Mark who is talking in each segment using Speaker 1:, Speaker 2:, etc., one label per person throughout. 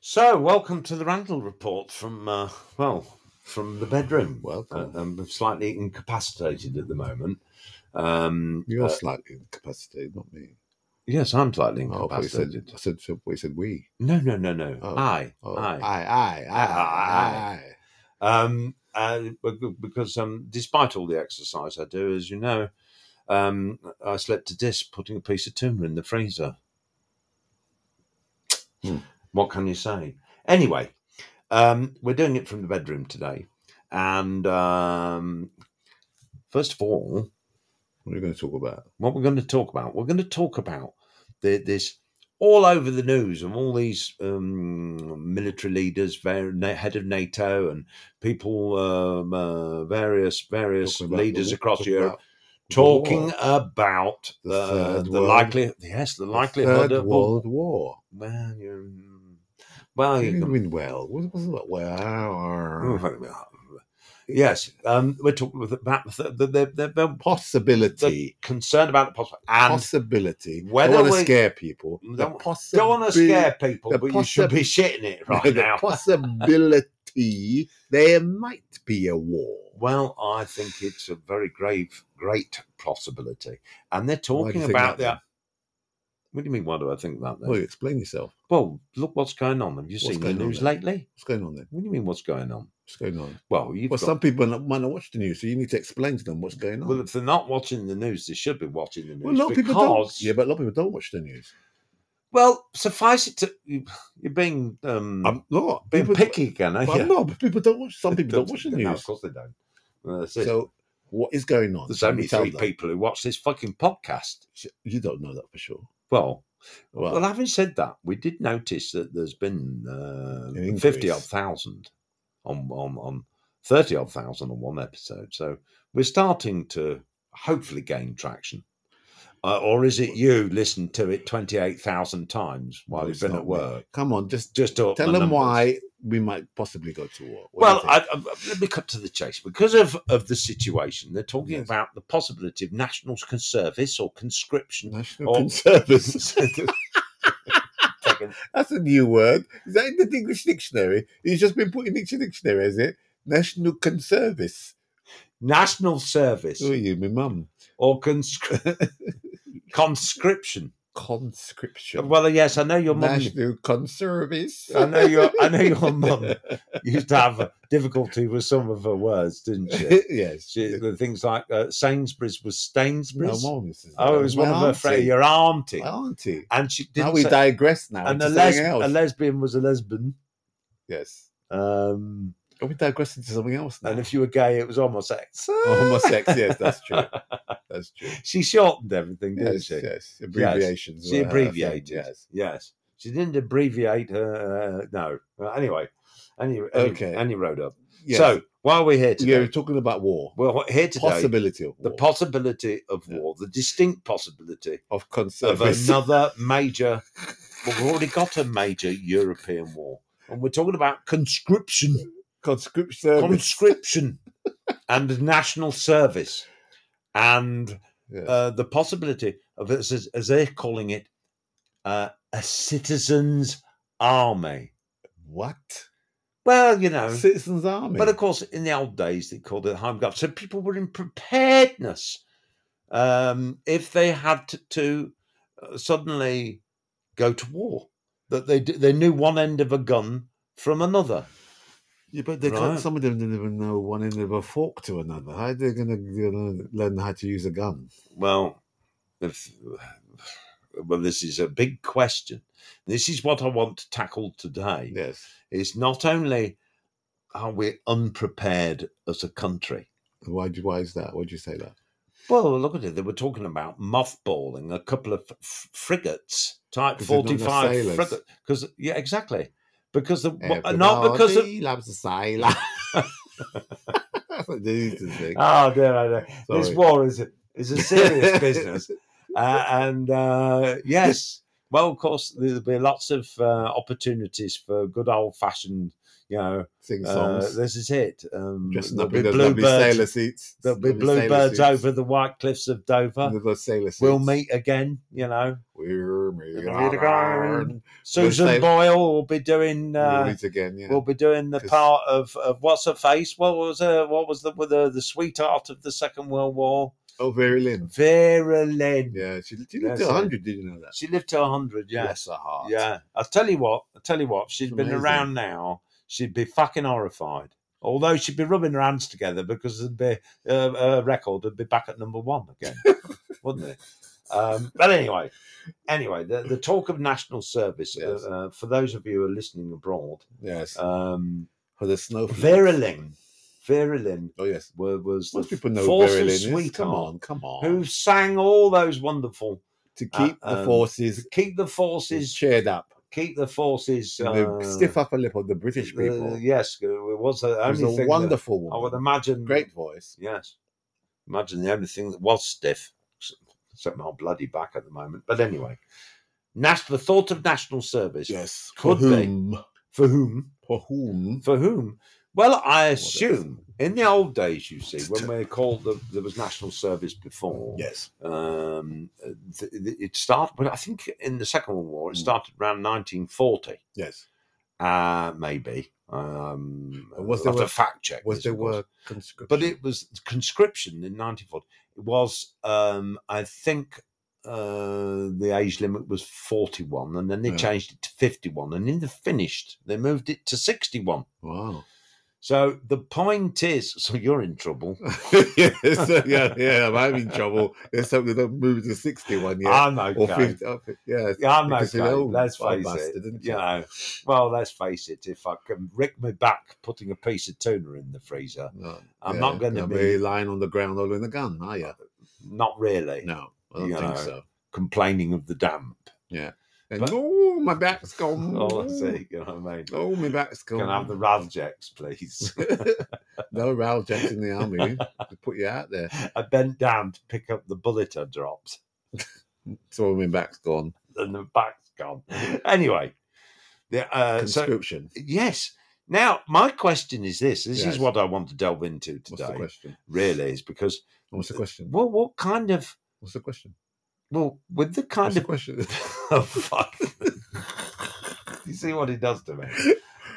Speaker 1: So, welcome to the Randall report from uh, well, from the bedroom. Uh,
Speaker 2: Welcome.
Speaker 1: I'm slightly incapacitated at the moment. Um,
Speaker 2: You're
Speaker 1: uh,
Speaker 2: slightly incapacitated, not me.
Speaker 1: yes, I'm slightly
Speaker 2: Oh, I thought you said,
Speaker 1: incapacitated.
Speaker 2: I said, so- we said we.
Speaker 1: No, no, no, no.
Speaker 2: Oh.
Speaker 1: I,
Speaker 2: Oh,
Speaker 1: I.
Speaker 2: aye, aye, aye,
Speaker 1: Aye,
Speaker 2: aye,
Speaker 1: Um, uh, bec- because um, despite all the exercise I do, as you know, um, I slept to disc putting a piece of tuna in the freezer.
Speaker 2: Hmm.
Speaker 1: What can you say? Anyway, um, we're doing it from the bedroom today. And um, first of all,
Speaker 2: What are you going to talk about?
Speaker 1: what we're going to talk about, we're going to talk about the, this all over the news of all these um, military leaders, var- na- head of NATO, and people, um, uh, various various
Speaker 2: Talking about
Speaker 1: leaders
Speaker 2: the-
Speaker 1: across
Speaker 2: talking
Speaker 1: Europe,
Speaker 2: about the
Speaker 1: talking
Speaker 2: war,
Speaker 1: about
Speaker 2: The
Speaker 1: the, uh,
Speaker 2: third
Speaker 1: the
Speaker 2: world-
Speaker 1: likely yes the
Speaker 2: the
Speaker 1: likelihood
Speaker 2: Third
Speaker 1: of
Speaker 2: World War.
Speaker 1: well you mm, well
Speaker 2: You
Speaker 1: you Mm-hmm.
Speaker 2: didn't
Speaker 1: can
Speaker 2: win well. What was that? Well,
Speaker 1: yes um we're talking about the the the, the, the, the
Speaker 2: possibility.
Speaker 1: concern about the possible and
Speaker 2: possibility. I
Speaker 1: whether
Speaker 2: don't want
Speaker 1: we-
Speaker 2: to scare people.
Speaker 1: Don't-
Speaker 2: The
Speaker 1: don't
Speaker 2: possibi-
Speaker 1: don't want to scare people
Speaker 2: the
Speaker 1: but you should be shitting it right
Speaker 2: the
Speaker 1: now
Speaker 2: possibility there might be a war.
Speaker 1: well i think it's a very grave great possibility and they're
Speaker 2: Why do
Speaker 1: talking
Speaker 2: you think
Speaker 1: about the
Speaker 2: that? then?
Speaker 1: what do you mean why do i think that then
Speaker 2: Well, you explain yourself.
Speaker 1: well look what's going on have you
Speaker 2: What's
Speaker 1: seen the
Speaker 2: going on
Speaker 1: news
Speaker 2: then?
Speaker 1: lately
Speaker 2: What's going on then?
Speaker 1: what do you mean what's going on
Speaker 2: What's going on?
Speaker 1: Well, you've
Speaker 2: well,
Speaker 1: got.
Speaker 2: some people not- might not watch the news, so you need to explain to them what's going on.
Speaker 1: well, if they're not watching the news, they should be watching the news.
Speaker 2: Well, a lot of
Speaker 1: because,
Speaker 2: people don't. Yeah, but a lot of people don't watch the news.
Speaker 1: Well, suffice it to. You're being um,
Speaker 2: I'm not.
Speaker 1: being
Speaker 2: People-
Speaker 1: picky again, aren't
Speaker 2: Well, I'm
Speaker 1: you?
Speaker 2: not. But people don't watch. Some people don't watch the
Speaker 1: No,
Speaker 2: news.
Speaker 1: of course they don't. Well, that's it.
Speaker 2: So what is going on?
Speaker 1: There's
Speaker 2: Can
Speaker 1: only
Speaker 2: you tell
Speaker 1: three
Speaker 2: them?
Speaker 1: people who watch this fucking podcast.
Speaker 2: You don't know that for sure.
Speaker 1: Well,
Speaker 2: Well,
Speaker 1: well, having said that, we did notice that there's been uh,
Speaker 2: An increase.
Speaker 1: fifty odd thousand on on on thirty odd thousand on one episode. So we're starting to hopefully gain traction. Uh, or is it you listened to it twenty eight thousand times while
Speaker 2: No,
Speaker 1: you've
Speaker 2: it's
Speaker 1: been
Speaker 2: not
Speaker 1: at
Speaker 2: me.
Speaker 1: work?
Speaker 2: Come on, just
Speaker 1: Just to up
Speaker 2: tell
Speaker 1: the
Speaker 2: them
Speaker 1: numbers.
Speaker 2: why we might possibly go to war. What do you
Speaker 1: Well,
Speaker 2: think?
Speaker 1: I, I, let me cut to the chase. Because of, of the situation, they're talking
Speaker 2: Yes.
Speaker 1: about the possibility of national con- service or conscription.
Speaker 2: National
Speaker 1: or-
Speaker 2: Conservatives.
Speaker 1: Taken-
Speaker 2: That's a new word. Is that in the English dictionary? It's just been put in the dictionary, has it? National Conservice.
Speaker 1: national service
Speaker 2: Who are you, my mum?
Speaker 1: or conscri- conscription.
Speaker 2: Conscription.
Speaker 1: Well, yes, I know your mum. Oh,
Speaker 2: National Conservice.
Speaker 1: I know your. I know your mum used to have difficulty with some of her words, didn't she?
Speaker 2: yes.
Speaker 1: she the things like uh, Sainsbury's was
Speaker 2: My
Speaker 1: Stainsbury's.
Speaker 2: mum used to say
Speaker 1: oh,
Speaker 2: that.
Speaker 1: it was
Speaker 2: My
Speaker 1: one of her
Speaker 2: auntie.
Speaker 1: friends. Your auntie.
Speaker 2: My auntie.
Speaker 1: and she
Speaker 2: Now
Speaker 1: didn't
Speaker 2: we
Speaker 1: say-
Speaker 2: digress now.
Speaker 1: and
Speaker 2: into
Speaker 1: a, les-
Speaker 2: something
Speaker 1: a
Speaker 2: else.
Speaker 1: lesbian was a lesbian
Speaker 2: yes.
Speaker 1: um
Speaker 2: Are we digressing to something else now?
Speaker 1: and if you were gay it was homosex
Speaker 2: Oh, homosex, yes, that's true. That's true.
Speaker 1: she shortened everything didn't
Speaker 2: Yes,
Speaker 1: she
Speaker 2: yes. Abbreviations.
Speaker 1: she
Speaker 2: were her thing,
Speaker 1: abbreviated
Speaker 2: Yes.
Speaker 1: yes she didn't abbreviate her uh, no Well, anyway and you, and you-
Speaker 2: Okay.
Speaker 1: and you rode up
Speaker 2: yes.
Speaker 1: so why are we here
Speaker 2: yeah,
Speaker 1: today
Speaker 2: we're talking about war.
Speaker 1: we're wh- here today
Speaker 2: Possibility of
Speaker 1: the
Speaker 2: war.
Speaker 1: possibility of
Speaker 2: Yeah.
Speaker 1: war the distinct possibility
Speaker 2: of
Speaker 1: of
Speaker 2: conservatives.
Speaker 1: another major well, we've already got a major european war and we're talking about conscription
Speaker 2: conscription. service.
Speaker 1: conscription and national service and
Speaker 2: Yes.
Speaker 1: uh, the possibility of as, as- as they're calling it uh, a citizens army
Speaker 2: what?
Speaker 1: well you know
Speaker 2: Citizens army.
Speaker 1: but of course in the old days they called it home guard so people were in preparedness um, if they had to, to uh, suddenly go to war that they d- they knew one end of a gun from another
Speaker 2: yeah, but they
Speaker 1: Right.
Speaker 2: can't, some of them don't even know one end of a fork to another. How are they going to learn how to use a gun?
Speaker 1: Well, if, well, this is a big question. This is what I want to tackle today.
Speaker 2: Yes.
Speaker 1: It's not only are we unprepared as a country.
Speaker 2: Why? do- Why is that? Why do you say that?
Speaker 1: Well, look at it. They were talking about mothballing a couple of f- f- frigates, Type
Speaker 2: 'Cause they're not enough
Speaker 1: forty-five
Speaker 2: sailors.
Speaker 1: frigates. Because yeah, exactly. Because the wha-
Speaker 2: Everybody
Speaker 1: uh, not because of,
Speaker 2: loves a sailor. That's what they used to sing.
Speaker 1: oh dear, dear, dear. this
Speaker 2: Sorry.
Speaker 1: war is a, is a serious business, uh, and uh, yes, Well, of course, there'll be lots of uh, opportunities for good old fashioned, you know,
Speaker 2: Sing
Speaker 1: uh,
Speaker 2: songs.
Speaker 1: this is it. Um,
Speaker 2: dressing
Speaker 1: there'll
Speaker 2: up
Speaker 1: be
Speaker 2: in those lovely sailor
Speaker 1: bluebirds.
Speaker 2: seats.
Speaker 1: There'll be
Speaker 2: lovely sailor
Speaker 1: bluebirds
Speaker 2: suits,
Speaker 1: over the white cliffs of Dover.
Speaker 2: with those sailor suits.
Speaker 1: We'll meet again, you know.
Speaker 2: We'll meet
Speaker 1: Meet
Speaker 2: again.
Speaker 1: again. Susan
Speaker 2: sail-
Speaker 1: Boyle will be doing.
Speaker 2: We'll
Speaker 1: Uh,
Speaker 2: meet again. Yeah.
Speaker 1: We'll be doing the
Speaker 2: 'Cause-
Speaker 1: part of, of what's her face? What was her, What was the, the the sweetheart of the Second World War?
Speaker 2: oh, Vera Lynn.
Speaker 1: Vera Lynn.
Speaker 2: Yeah, she, she
Speaker 1: That's
Speaker 2: lived to
Speaker 1: it.
Speaker 2: 100, did you know that?
Speaker 1: She lived to hundred. Yeah.
Speaker 2: Bless her heart.
Speaker 1: Yeah, I'll tell you what. I'll tell you what. if She'd
Speaker 2: It's
Speaker 1: been
Speaker 2: amazing.
Speaker 1: around now. She'd be fucking horrified. Although she'd be rubbing her hands together because it'd be uh, her record would be back at number one again, wouldn't it? Um, but anyway, anyway, the, the talk of national service. uh,
Speaker 2: Yes.
Speaker 1: Uh, for those of you who are listening abroad,
Speaker 2: Yes.
Speaker 1: um,
Speaker 2: For the snowflake.
Speaker 1: Vera Lynn, Vera Lynn
Speaker 2: Oh, yes.
Speaker 1: was, was the
Speaker 2: Most people know
Speaker 1: Forces
Speaker 2: Vera Lynn. is. Come
Speaker 1: sweetheart.
Speaker 2: on, come on.
Speaker 1: who sang all those wonderful
Speaker 2: to
Speaker 1: Uh,
Speaker 2: keep the
Speaker 1: um,
Speaker 2: forces
Speaker 1: "Keep the Forces,
Speaker 2: cheered up.
Speaker 1: Keep the Forces."
Speaker 2: the
Speaker 1: uh,
Speaker 2: stiff upper lip of the British
Speaker 1: Uh,
Speaker 2: people.
Speaker 1: yes, it was the
Speaker 2: It was
Speaker 1: only
Speaker 2: a
Speaker 1: thing.
Speaker 2: wonderful
Speaker 1: that- I
Speaker 2: woman.
Speaker 1: would imagine.
Speaker 2: Great voice.
Speaker 1: Yes, imagine the only thing that was stiff, except my bloody back at the moment. But anyway, nas- the thought of national service
Speaker 2: Yes.
Speaker 1: Could
Speaker 2: for
Speaker 1: be.
Speaker 2: whom?
Speaker 1: for whom?
Speaker 2: For whom?
Speaker 1: For whom? Well, I
Speaker 2: else?
Speaker 1: assume in the old days, you see, when we called the, there was national service before.
Speaker 2: Yes.
Speaker 1: Um, th- th- it started, but I think in the Second World War, it
Speaker 2: Mm.
Speaker 1: started around 1940.
Speaker 2: Yes.
Speaker 1: Uh, maybe. Um,
Speaker 2: And was
Speaker 1: I'll
Speaker 2: there
Speaker 1: have to
Speaker 2: a-
Speaker 1: fact check.
Speaker 2: Was
Speaker 1: this,
Speaker 2: there
Speaker 1: of course.
Speaker 2: were conscription?
Speaker 1: But it was conscription in 1940. It was, um, I think, uh, the age limit was 41, and then they
Speaker 2: Yeah.
Speaker 1: changed it to 51. And in the finished, they moved it to 61.
Speaker 2: wow.
Speaker 1: So the point is, so you're in trouble.
Speaker 2: yes, yeah, yeah. I'm having trouble. There's something that moved to 61 yet.
Speaker 1: I'm
Speaker 2: or
Speaker 1: Ah, okay.
Speaker 2: 50. up- Yeah.
Speaker 1: Yeah, I'm
Speaker 2: because
Speaker 1: okay.
Speaker 2: you're old,
Speaker 1: Let's
Speaker 2: old
Speaker 1: face
Speaker 2: bastard,
Speaker 1: it.
Speaker 2: isn't
Speaker 1: You
Speaker 2: you?
Speaker 1: know, well, let's face it. If I can wreck my back putting a piece of tuna in the freezer,
Speaker 2: No,
Speaker 1: I'm not gonna
Speaker 2: you're
Speaker 1: be-
Speaker 2: lying on the ground holding a gun, are you?
Speaker 1: not really.
Speaker 2: No, I don't
Speaker 1: You
Speaker 2: think
Speaker 1: know.
Speaker 2: so.
Speaker 1: Complaining of the damp.
Speaker 2: And,
Speaker 1: But-
Speaker 2: oh, my back's gone.
Speaker 1: Oh, I see. You know what I mean?
Speaker 2: Oh, my back's gone.
Speaker 1: Can I have the Raljeks, please?
Speaker 2: no Raoul Jets in the army. They put you out there.
Speaker 1: I bent down to pick up the bullet I dropped,
Speaker 2: So "Oh, my back's gone.
Speaker 1: and the back's gone. Anyway, the, uh, so
Speaker 2: Conscription.
Speaker 1: yes. Now, my question is this: This
Speaker 2: Yes.
Speaker 1: is what I want to delve into
Speaker 2: What's the
Speaker 1: today.
Speaker 2: question?
Speaker 1: Really, is because
Speaker 2: What's the question?
Speaker 1: well, what kind of
Speaker 2: What's the question?
Speaker 1: well, with the
Speaker 2: What's
Speaker 1: kind
Speaker 2: the
Speaker 1: of
Speaker 2: question?
Speaker 1: oh, fuck. you see what he does to me.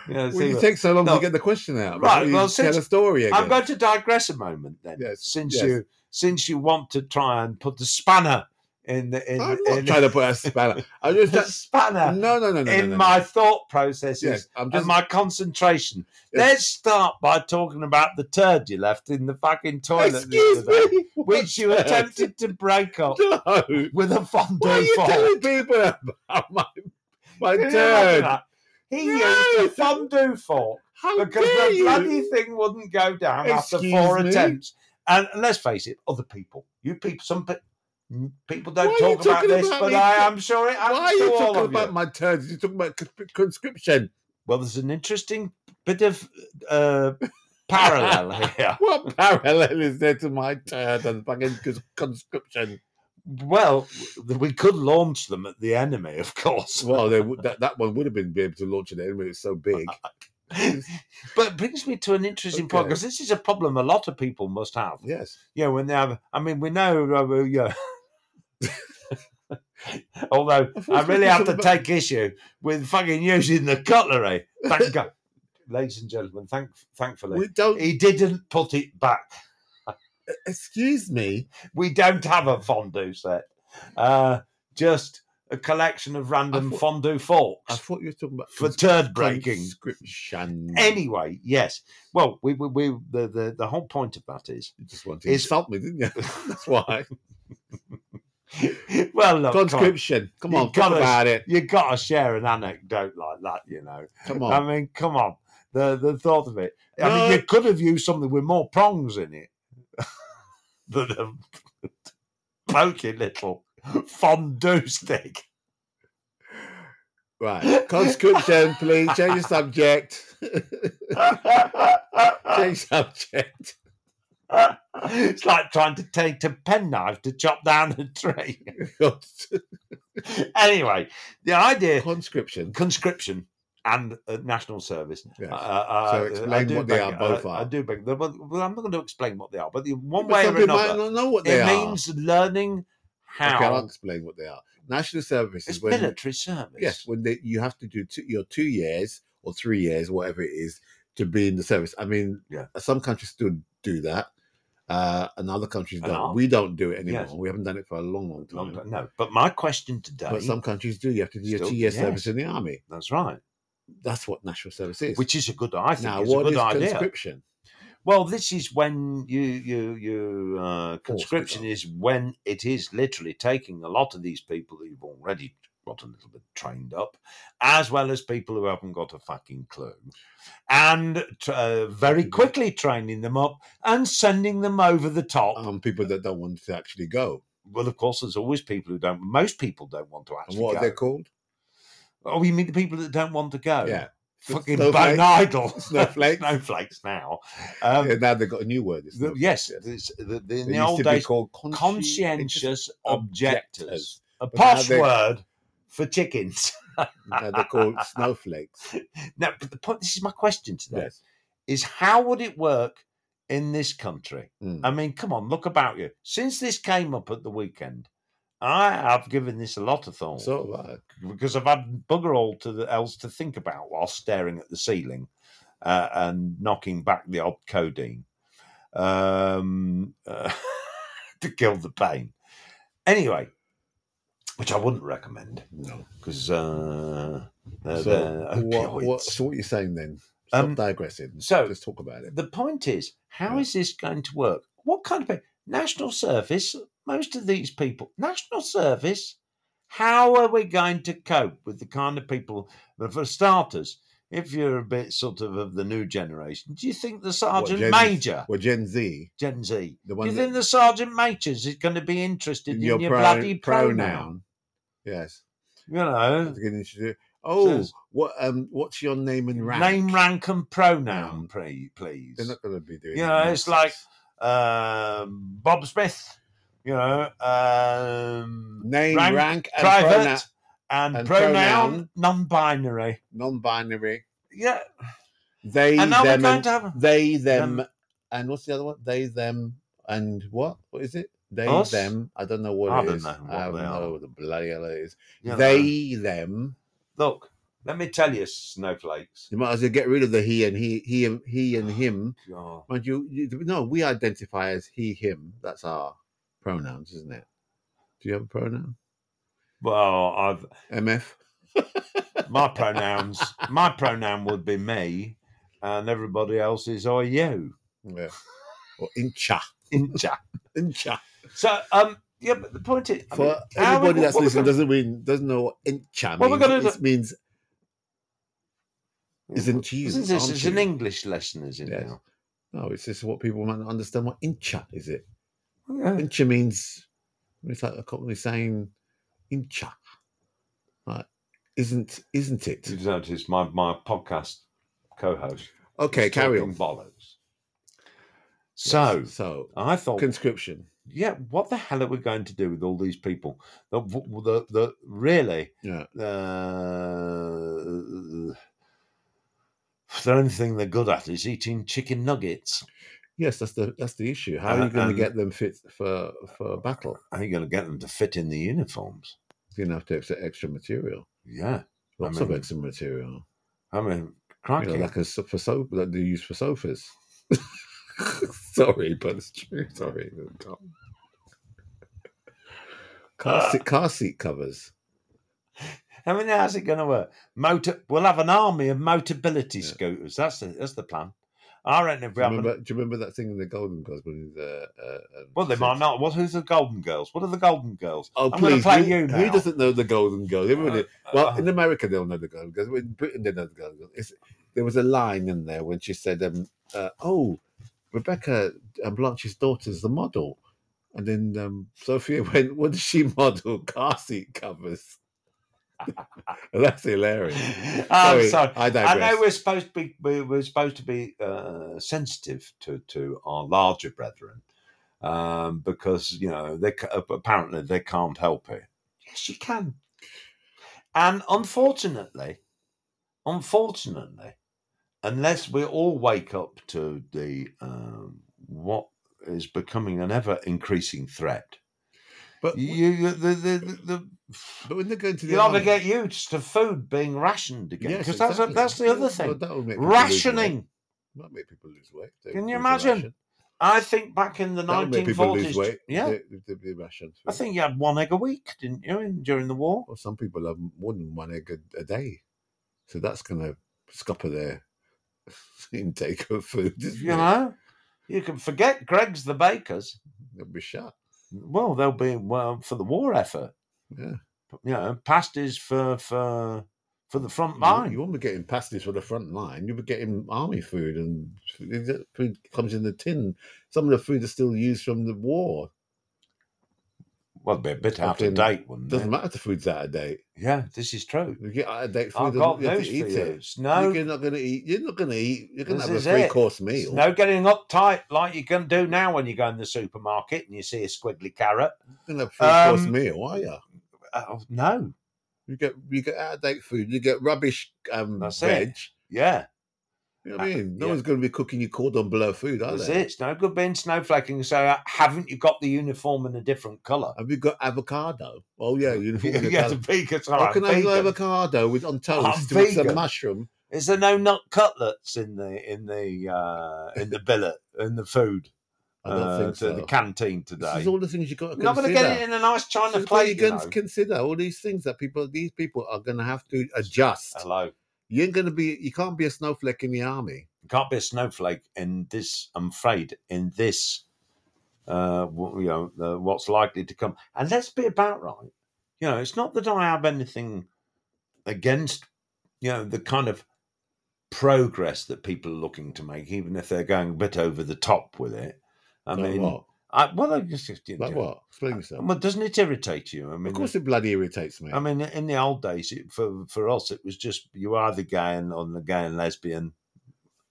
Speaker 1: You know,
Speaker 2: Well,
Speaker 1: see
Speaker 2: you
Speaker 1: what-
Speaker 2: take so long
Speaker 1: No.
Speaker 2: to get the question out.
Speaker 1: Right,
Speaker 2: Right. You
Speaker 1: well,
Speaker 2: tell
Speaker 1: since-
Speaker 2: a story again.
Speaker 1: I'm going to digress a moment then,
Speaker 2: Yes,
Speaker 1: since
Speaker 2: yes.
Speaker 1: you since you want to try and put the spanner in the in,
Speaker 2: Oh, I'm not
Speaker 1: in
Speaker 2: trying to put a spanner. I'm just
Speaker 1: the
Speaker 2: no,
Speaker 1: spanner
Speaker 2: no, no, no, no,
Speaker 1: in
Speaker 2: no, no.
Speaker 1: my thought processes
Speaker 2: Yes, I'm
Speaker 1: and
Speaker 2: just.
Speaker 1: my concentration.
Speaker 2: Yes.
Speaker 1: Let's start by talking about the turd you left in the fucking toilet the
Speaker 2: Excuse
Speaker 1: other day,
Speaker 2: me.
Speaker 1: which you
Speaker 2: What?
Speaker 1: attempted to break up
Speaker 2: No.
Speaker 1: with a fondue
Speaker 2: What are you
Speaker 1: fork.
Speaker 2: telling people about my my
Speaker 1: Can you imagine
Speaker 2: turd?
Speaker 1: that? He used a
Speaker 2: Yes.
Speaker 1: fondue fork
Speaker 2: How
Speaker 1: because
Speaker 2: dare
Speaker 1: the
Speaker 2: you?
Speaker 1: bloody thing wouldn't go down after
Speaker 2: Excuse
Speaker 1: four
Speaker 2: me?
Speaker 1: attempts. And let's face it, other people, you people, some pe- people
Speaker 2: Why
Speaker 1: don't
Speaker 2: are you
Speaker 1: talk about
Speaker 2: talking
Speaker 1: this,
Speaker 2: about
Speaker 1: but
Speaker 2: me?
Speaker 1: I am sure it happens
Speaker 2: Why are you
Speaker 1: to all
Speaker 2: talking
Speaker 1: of
Speaker 2: about
Speaker 1: you.
Speaker 2: my turds? You're talking about cons- conscription.
Speaker 1: Well, there's an interesting bit of uh, parallel here.
Speaker 2: What parallel is there to my turd and fucking cons- conscription?
Speaker 1: Well, we could launch them at the enemy, of course.
Speaker 2: Well, they would, that, that one would have been able to launch it anyway. It's so big.
Speaker 1: but it brings me to an interesting point
Speaker 2: Okay.
Speaker 1: because this is a problem a lot of people must have.
Speaker 2: Yes.
Speaker 1: Yeah, when they have, I mean, we know, uh, we- yeah. Although
Speaker 2: I thought
Speaker 1: I
Speaker 2: we
Speaker 1: really
Speaker 2: were
Speaker 1: have to
Speaker 2: talking about-
Speaker 1: take issue with fucking using the cutlery. Thank God, ladies and gentlemen. Thank, thankfully,
Speaker 2: We don't.
Speaker 1: he didn't put it back.
Speaker 2: Excuse me.
Speaker 1: We don't have a fondue set. Uh, just a collection of random
Speaker 2: thought-
Speaker 1: fondue forks
Speaker 2: I thought you were talking about
Speaker 1: for
Speaker 2: cons-
Speaker 1: turd breaking.
Speaker 2: conscription.
Speaker 1: Anyway, yes. Well, we, we, we the, the the whole point of that is,
Speaker 2: you just wanted to
Speaker 1: is-
Speaker 2: insult me, didn't you? That's why.
Speaker 1: well, look, Clive,
Speaker 2: conscription. Come
Speaker 1: You
Speaker 2: on, talk
Speaker 1: gotta-
Speaker 2: about it.
Speaker 1: you got to share an anecdote like that, you know.
Speaker 2: Come on.
Speaker 1: I mean, come on. The the thought of it. I
Speaker 2: No.
Speaker 1: mean, you could have used something with more prongs in it than a pokey little fondue stick.
Speaker 2: Right. Conscription, please. Change the subject. Change subject.
Speaker 1: it's like trying to take a penknife to chop down a tree.
Speaker 2: God.
Speaker 1: anyway, the idea
Speaker 2: Conscription.
Speaker 1: conscription and uh, national service.
Speaker 2: Yes.
Speaker 1: Uh, uh,
Speaker 2: So
Speaker 1: uh,
Speaker 2: explain
Speaker 1: I do
Speaker 2: what they
Speaker 1: beg-
Speaker 2: are, both
Speaker 1: I, I
Speaker 2: are.
Speaker 1: do beg. Well, well, I'm not going to explain what they are, but in one
Speaker 2: But
Speaker 1: way
Speaker 2: some
Speaker 1: or
Speaker 2: people might
Speaker 1: another,
Speaker 2: not know what they
Speaker 1: it
Speaker 2: are.
Speaker 1: means learning how
Speaker 2: Okay, I'll explain what they are. National service
Speaker 1: it's
Speaker 2: is when
Speaker 1: military service.
Speaker 2: yes, when they, you have to do two, your two years or three years, whatever it is, to be in the service. I mean,
Speaker 1: Yeah.
Speaker 2: some countries still do that, uh, and other countries
Speaker 1: And
Speaker 2: don't.
Speaker 1: are.
Speaker 2: We don't do it anymore.
Speaker 1: Yes.
Speaker 2: We haven't done it for a long, long time.
Speaker 1: Long time- No, but my question today.
Speaker 2: But some countries do. You have to do your
Speaker 1: Still,
Speaker 2: two year
Speaker 1: yes.
Speaker 2: service in the army.
Speaker 1: that's right.
Speaker 2: That's what national service is.
Speaker 1: Which is a good. I think
Speaker 2: now,
Speaker 1: it's a
Speaker 2: what
Speaker 1: good
Speaker 2: is
Speaker 1: idea.
Speaker 2: conscription?
Speaker 1: Well, this is when you you you uh, conscription
Speaker 2: up.
Speaker 1: is when it is literally taking a lot of these people who've already got a little bit trained up, as well as people who haven't got a fucking clue, and tr- uh, very
Speaker 2: Mhm.
Speaker 1: quickly training them up and sending them over the top.
Speaker 2: Um, people that don't want to actually go.
Speaker 1: well, of course, there's always people who don't. Most people don't want to
Speaker 2: And
Speaker 1: actually
Speaker 2: what
Speaker 1: go.
Speaker 2: are they called?
Speaker 1: Oh, you mean the people that don't want to go?
Speaker 2: Yeah.
Speaker 1: Fucking
Speaker 2: Snowflakes.
Speaker 1: bone idle.
Speaker 2: Snowflakes.
Speaker 1: Snowflakes now. Um,
Speaker 2: Yeah, now they've got a new word. It's
Speaker 1: the-
Speaker 2: not-
Speaker 1: yes.
Speaker 2: yeah.
Speaker 1: this- the- the- in
Speaker 2: They
Speaker 1: the
Speaker 2: used
Speaker 1: old
Speaker 2: to be
Speaker 1: days,
Speaker 2: called conscientious
Speaker 1: conscientious objectors. A
Speaker 2: But now
Speaker 1: posh
Speaker 2: they-
Speaker 1: word for chickens.
Speaker 2: now they're called snowflakes.
Speaker 1: Now, but the point, this is my question today,
Speaker 2: Yes.
Speaker 1: is how would it work in this country?
Speaker 2: Mm.
Speaker 1: I mean, come on, look about you. Since this came up at the weekend, I have given this a lot of thought.
Speaker 2: So uh,
Speaker 1: because I've had bugger all to the, else to think about while staring at the ceiling uh, and knocking back the odd codeine um, uh, to kill the pain. Anyway, which I wouldn't recommend
Speaker 2: no.
Speaker 1: because uh, they're,
Speaker 2: So
Speaker 1: they're
Speaker 2: what, what,
Speaker 1: opioids.
Speaker 2: so what you're saying then? Stop
Speaker 1: Um,
Speaker 2: digressing.
Speaker 1: so-
Speaker 2: just talk about it.
Speaker 1: the point is, how is
Speaker 2: Yeah.
Speaker 1: this going to work? What kind of pe- national service? Most of these people, national service. How are we going to cope with the kind of people? But for starters, if you're a bit sort of of the new generation, do you think the sergeant
Speaker 2: Gen-
Speaker 1: major,
Speaker 2: Well, Gen Z,
Speaker 1: Gen Z,
Speaker 2: the
Speaker 1: do
Speaker 2: one
Speaker 1: you
Speaker 2: that-
Speaker 1: think the sergeant majors is going to be interested in your,
Speaker 2: pro-
Speaker 1: bloody pronoun? Hmm.
Speaker 2: Yes.
Speaker 1: You know,
Speaker 2: That's a good introdu- Oh,
Speaker 1: Says-
Speaker 2: what? Um, what's your name and rank?
Speaker 1: name, rank, and pronoun,
Speaker 2: Um,
Speaker 1: pre- please.
Speaker 2: They're not going to be doing.
Speaker 1: You
Speaker 2: that
Speaker 1: know, it's
Speaker 2: nonsense.
Speaker 1: um, Bob Smith, you know, um,
Speaker 2: name, rank,
Speaker 1: rank,
Speaker 2: and
Speaker 1: private,
Speaker 2: pronoun,
Speaker 1: and,
Speaker 2: and
Speaker 1: pronoun,
Speaker 2: pronoun.
Speaker 1: non-binary.
Speaker 2: non-binary.
Speaker 1: Yeah,
Speaker 2: They,
Speaker 1: and now we're
Speaker 2: them,
Speaker 1: going
Speaker 2: and,
Speaker 1: to have
Speaker 2: they, them,
Speaker 1: them.
Speaker 2: and what's the other one? They, them, and what? What is it? They,
Speaker 1: Us?
Speaker 2: them. I don't know what
Speaker 1: I
Speaker 2: it
Speaker 1: don't
Speaker 2: is.
Speaker 1: know
Speaker 2: I
Speaker 1: what
Speaker 2: don't
Speaker 1: they
Speaker 2: know
Speaker 1: are.
Speaker 2: what the bloody hell it is.
Speaker 1: you know.
Speaker 2: They, them.
Speaker 1: look. Let me tell you, snowflakes.
Speaker 2: You might as well get rid of the he and he, he and he and him.
Speaker 1: Oh,
Speaker 2: Mind you, you, no, we identify as he, him. That's our pronouns, isn't it? Do you have a pronoun?
Speaker 1: Well, I've
Speaker 2: MF?
Speaker 1: my pronouns. my pronoun would be me, and everybody else is I you.
Speaker 2: Yeah. Or incha.
Speaker 1: Incha.
Speaker 2: Incha.
Speaker 1: So, um, yeah, but the point is, I
Speaker 2: For
Speaker 1: mean, how-
Speaker 2: everybody that's
Speaker 1: what we're
Speaker 2: listening
Speaker 1: gonna-
Speaker 2: doesn't mean doesn't know what incha means.
Speaker 1: What we're gonna do-
Speaker 2: it means isn't cheese.
Speaker 1: This is
Speaker 2: aren't
Speaker 1: it's an
Speaker 2: you?
Speaker 1: English lesson, is it
Speaker 2: Yes.
Speaker 1: now?
Speaker 2: No, Oh, it's just what people might not understand what incha is it.
Speaker 1: Yeah.
Speaker 2: Incha means it's like a company saying incha. Like isn't isn't it?
Speaker 1: You've noticed my, my podcast co-host.
Speaker 2: Okay,
Speaker 1: is
Speaker 2: carry
Speaker 1: talking
Speaker 2: on.
Speaker 1: Bollocks. So
Speaker 2: so
Speaker 1: I thought,
Speaker 2: conscription.
Speaker 1: yeah, what the hell are we going to do with all these people? The the, the really
Speaker 2: Yeah.
Speaker 1: uh, the only thing they're good at is eating chicken nuggets.
Speaker 2: Yes, that's the that's the issue. How are you
Speaker 1: And-
Speaker 2: going
Speaker 1: Uh,
Speaker 2: to
Speaker 1: and-
Speaker 2: get them fit for for battle?
Speaker 1: How are you going to get them to fit in the uniforms?
Speaker 2: You're going to have to accept extra material,
Speaker 1: Yeah,
Speaker 2: lots of
Speaker 1: mean-
Speaker 2: extra material.
Speaker 1: I mean,
Speaker 2: You know,
Speaker 1: crikey,
Speaker 2: like a so- for soap that they use for sofas. Sorry, but it's true. Sorry, can't.
Speaker 1: Uh,
Speaker 2: car seat car seat covers.
Speaker 1: I mean, how's it going to work? Motor, we'll have an army of motability
Speaker 2: Yeah.
Speaker 1: scooters. That's the that's the plan. I reckon if we
Speaker 2: Do you,
Speaker 1: have, an,
Speaker 2: remember, do you remember that thing in the Golden Girls when the uh, uh,
Speaker 1: well, they might not. What? Who's the Golden Girls? What are the Golden Girls?
Speaker 2: Oh,
Speaker 1: I'm gonna
Speaker 2: please!
Speaker 1: play
Speaker 2: who,
Speaker 1: you
Speaker 2: who
Speaker 1: now.
Speaker 2: doesn't know the Golden Girls? Everybody. well,
Speaker 1: Uh,
Speaker 2: in America they'll know the Golden Girls. but In Britain they know the Golden Girls. It's, there was a line in there when she said, um, uh, "Oh, Rebecca uh, Blanche's daughter's the model," and then um, Sophia went, "What does she model? Car seat covers." That's hilarious.
Speaker 1: I'm Oh, sorry.
Speaker 2: I
Speaker 1: I
Speaker 2: digress.
Speaker 1: know we're supposed to be we- we're supposed to be uh, sensitive to to our larger brethren uh, um, because you know they ca- apparently they can't help it. Yes, you can. And unfortunately, unfortunately, unless we all wake up to the um, what is becoming an ever increasing threat,
Speaker 2: But
Speaker 1: you you- the the the, the
Speaker 2: but when they go into the
Speaker 1: you either
Speaker 2: army-
Speaker 1: get used to food being rationed again
Speaker 2: Yes,
Speaker 1: because that's a,
Speaker 2: exactly.
Speaker 1: that's the other
Speaker 2: Well,
Speaker 1: thing.
Speaker 2: that would make people lose weight.
Speaker 1: Rationing.
Speaker 2: Might make people lose weight. They
Speaker 1: Can you
Speaker 2: lose the
Speaker 1: imagine?
Speaker 2: ration.
Speaker 1: I think back in the
Speaker 2: That would make people
Speaker 1: 1940s.
Speaker 2: lose weight.
Speaker 1: Yeah,
Speaker 2: They, they, they ration
Speaker 1: I think you had one egg a week, didn't you, in, during the war?
Speaker 2: Well, some people have more than one egg a, a day, so that's going to scupper their intake of food. Isn't
Speaker 1: You know, you can forget Greg's the Bakers.
Speaker 2: it? will be shut.
Speaker 1: Well, they'll be well for the war effort.
Speaker 2: Yeah.
Speaker 1: You know, pasties for for for the front
Speaker 2: You,
Speaker 1: line.
Speaker 2: you won't be getting pasties for the front line. You'll be getting army food, and that food comes in the tin. Some of the food is still used from the war.
Speaker 1: well, it'd be a bit out
Speaker 2: Fucking
Speaker 1: of date, wouldn't
Speaker 2: Doesn't
Speaker 1: it?
Speaker 2: matter if the food's out of date.
Speaker 1: Yeah, this is true.
Speaker 2: You get out of date food,
Speaker 1: I've
Speaker 2: and
Speaker 1: got
Speaker 2: you have to
Speaker 1: news for
Speaker 2: eat it.
Speaker 1: you. No,
Speaker 2: You're not going to eat. You're not going to eat. You're going to
Speaker 1: This
Speaker 2: have
Speaker 1: is
Speaker 2: a three
Speaker 1: it.
Speaker 2: course
Speaker 1: It's
Speaker 2: meal.
Speaker 1: no getting uptight like you can do now when you go in the supermarket and you see a squiggly carrot.
Speaker 2: You're going to have a three course
Speaker 1: Um,
Speaker 2: meal, are you?
Speaker 1: Oh, no.
Speaker 2: You get you get out of date food. You get rubbish um,
Speaker 1: That's it.
Speaker 2: veg.
Speaker 1: Yeah,
Speaker 2: You know what I
Speaker 1: Uh,
Speaker 2: mean? No
Speaker 1: yeah.
Speaker 2: one's going to be cooking you cordon bleu food, are
Speaker 1: that's
Speaker 2: they?
Speaker 1: it. It's no good being snowflaking and say, haven't you got the uniform in a different colour?
Speaker 2: Have you got avocado? Oh yeah, uniform.
Speaker 1: yeah, the vegan. All
Speaker 2: How
Speaker 1: right,
Speaker 2: can I have
Speaker 1: vegan.
Speaker 2: avocado with on toast with some
Speaker 1: vegan.
Speaker 2: mushroom?
Speaker 1: Is there no nut cutlets in the in the uh, in the billet in the food?
Speaker 2: I don't
Speaker 1: uh,
Speaker 2: think
Speaker 1: to
Speaker 2: so.
Speaker 1: The canteen today.
Speaker 2: this is all the things you got to
Speaker 1: You're not going to
Speaker 2: consider.
Speaker 1: get it in a nice
Speaker 2: This
Speaker 1: china
Speaker 2: is what
Speaker 1: plate.
Speaker 2: you're
Speaker 1: You
Speaker 2: going
Speaker 1: know.
Speaker 2: to consider all these things that people, these people are going to have to adjust.
Speaker 1: Hello,
Speaker 2: You ain't going to be, you can't be a snowflake in the army.
Speaker 1: you can't be a snowflake in this. I'm afraid in this. Uh, wh- you know the, what's likely to come, and let's be about right. You know, it's not that I have anything against you know the kind of progress that people are looking to make, even if they're going a bit over the top with it. I
Speaker 2: Like
Speaker 1: mean,
Speaker 2: what?
Speaker 1: I, well, I just, just you
Speaker 2: Like
Speaker 1: know,
Speaker 2: what? Explain yourself.
Speaker 1: Well, doesn't it irritate you? I mean, uh
Speaker 2: of course, it bloody irritates me.
Speaker 1: I mean, in the old days, it, for for us, it was just you were either gay and on the gay and lesbian,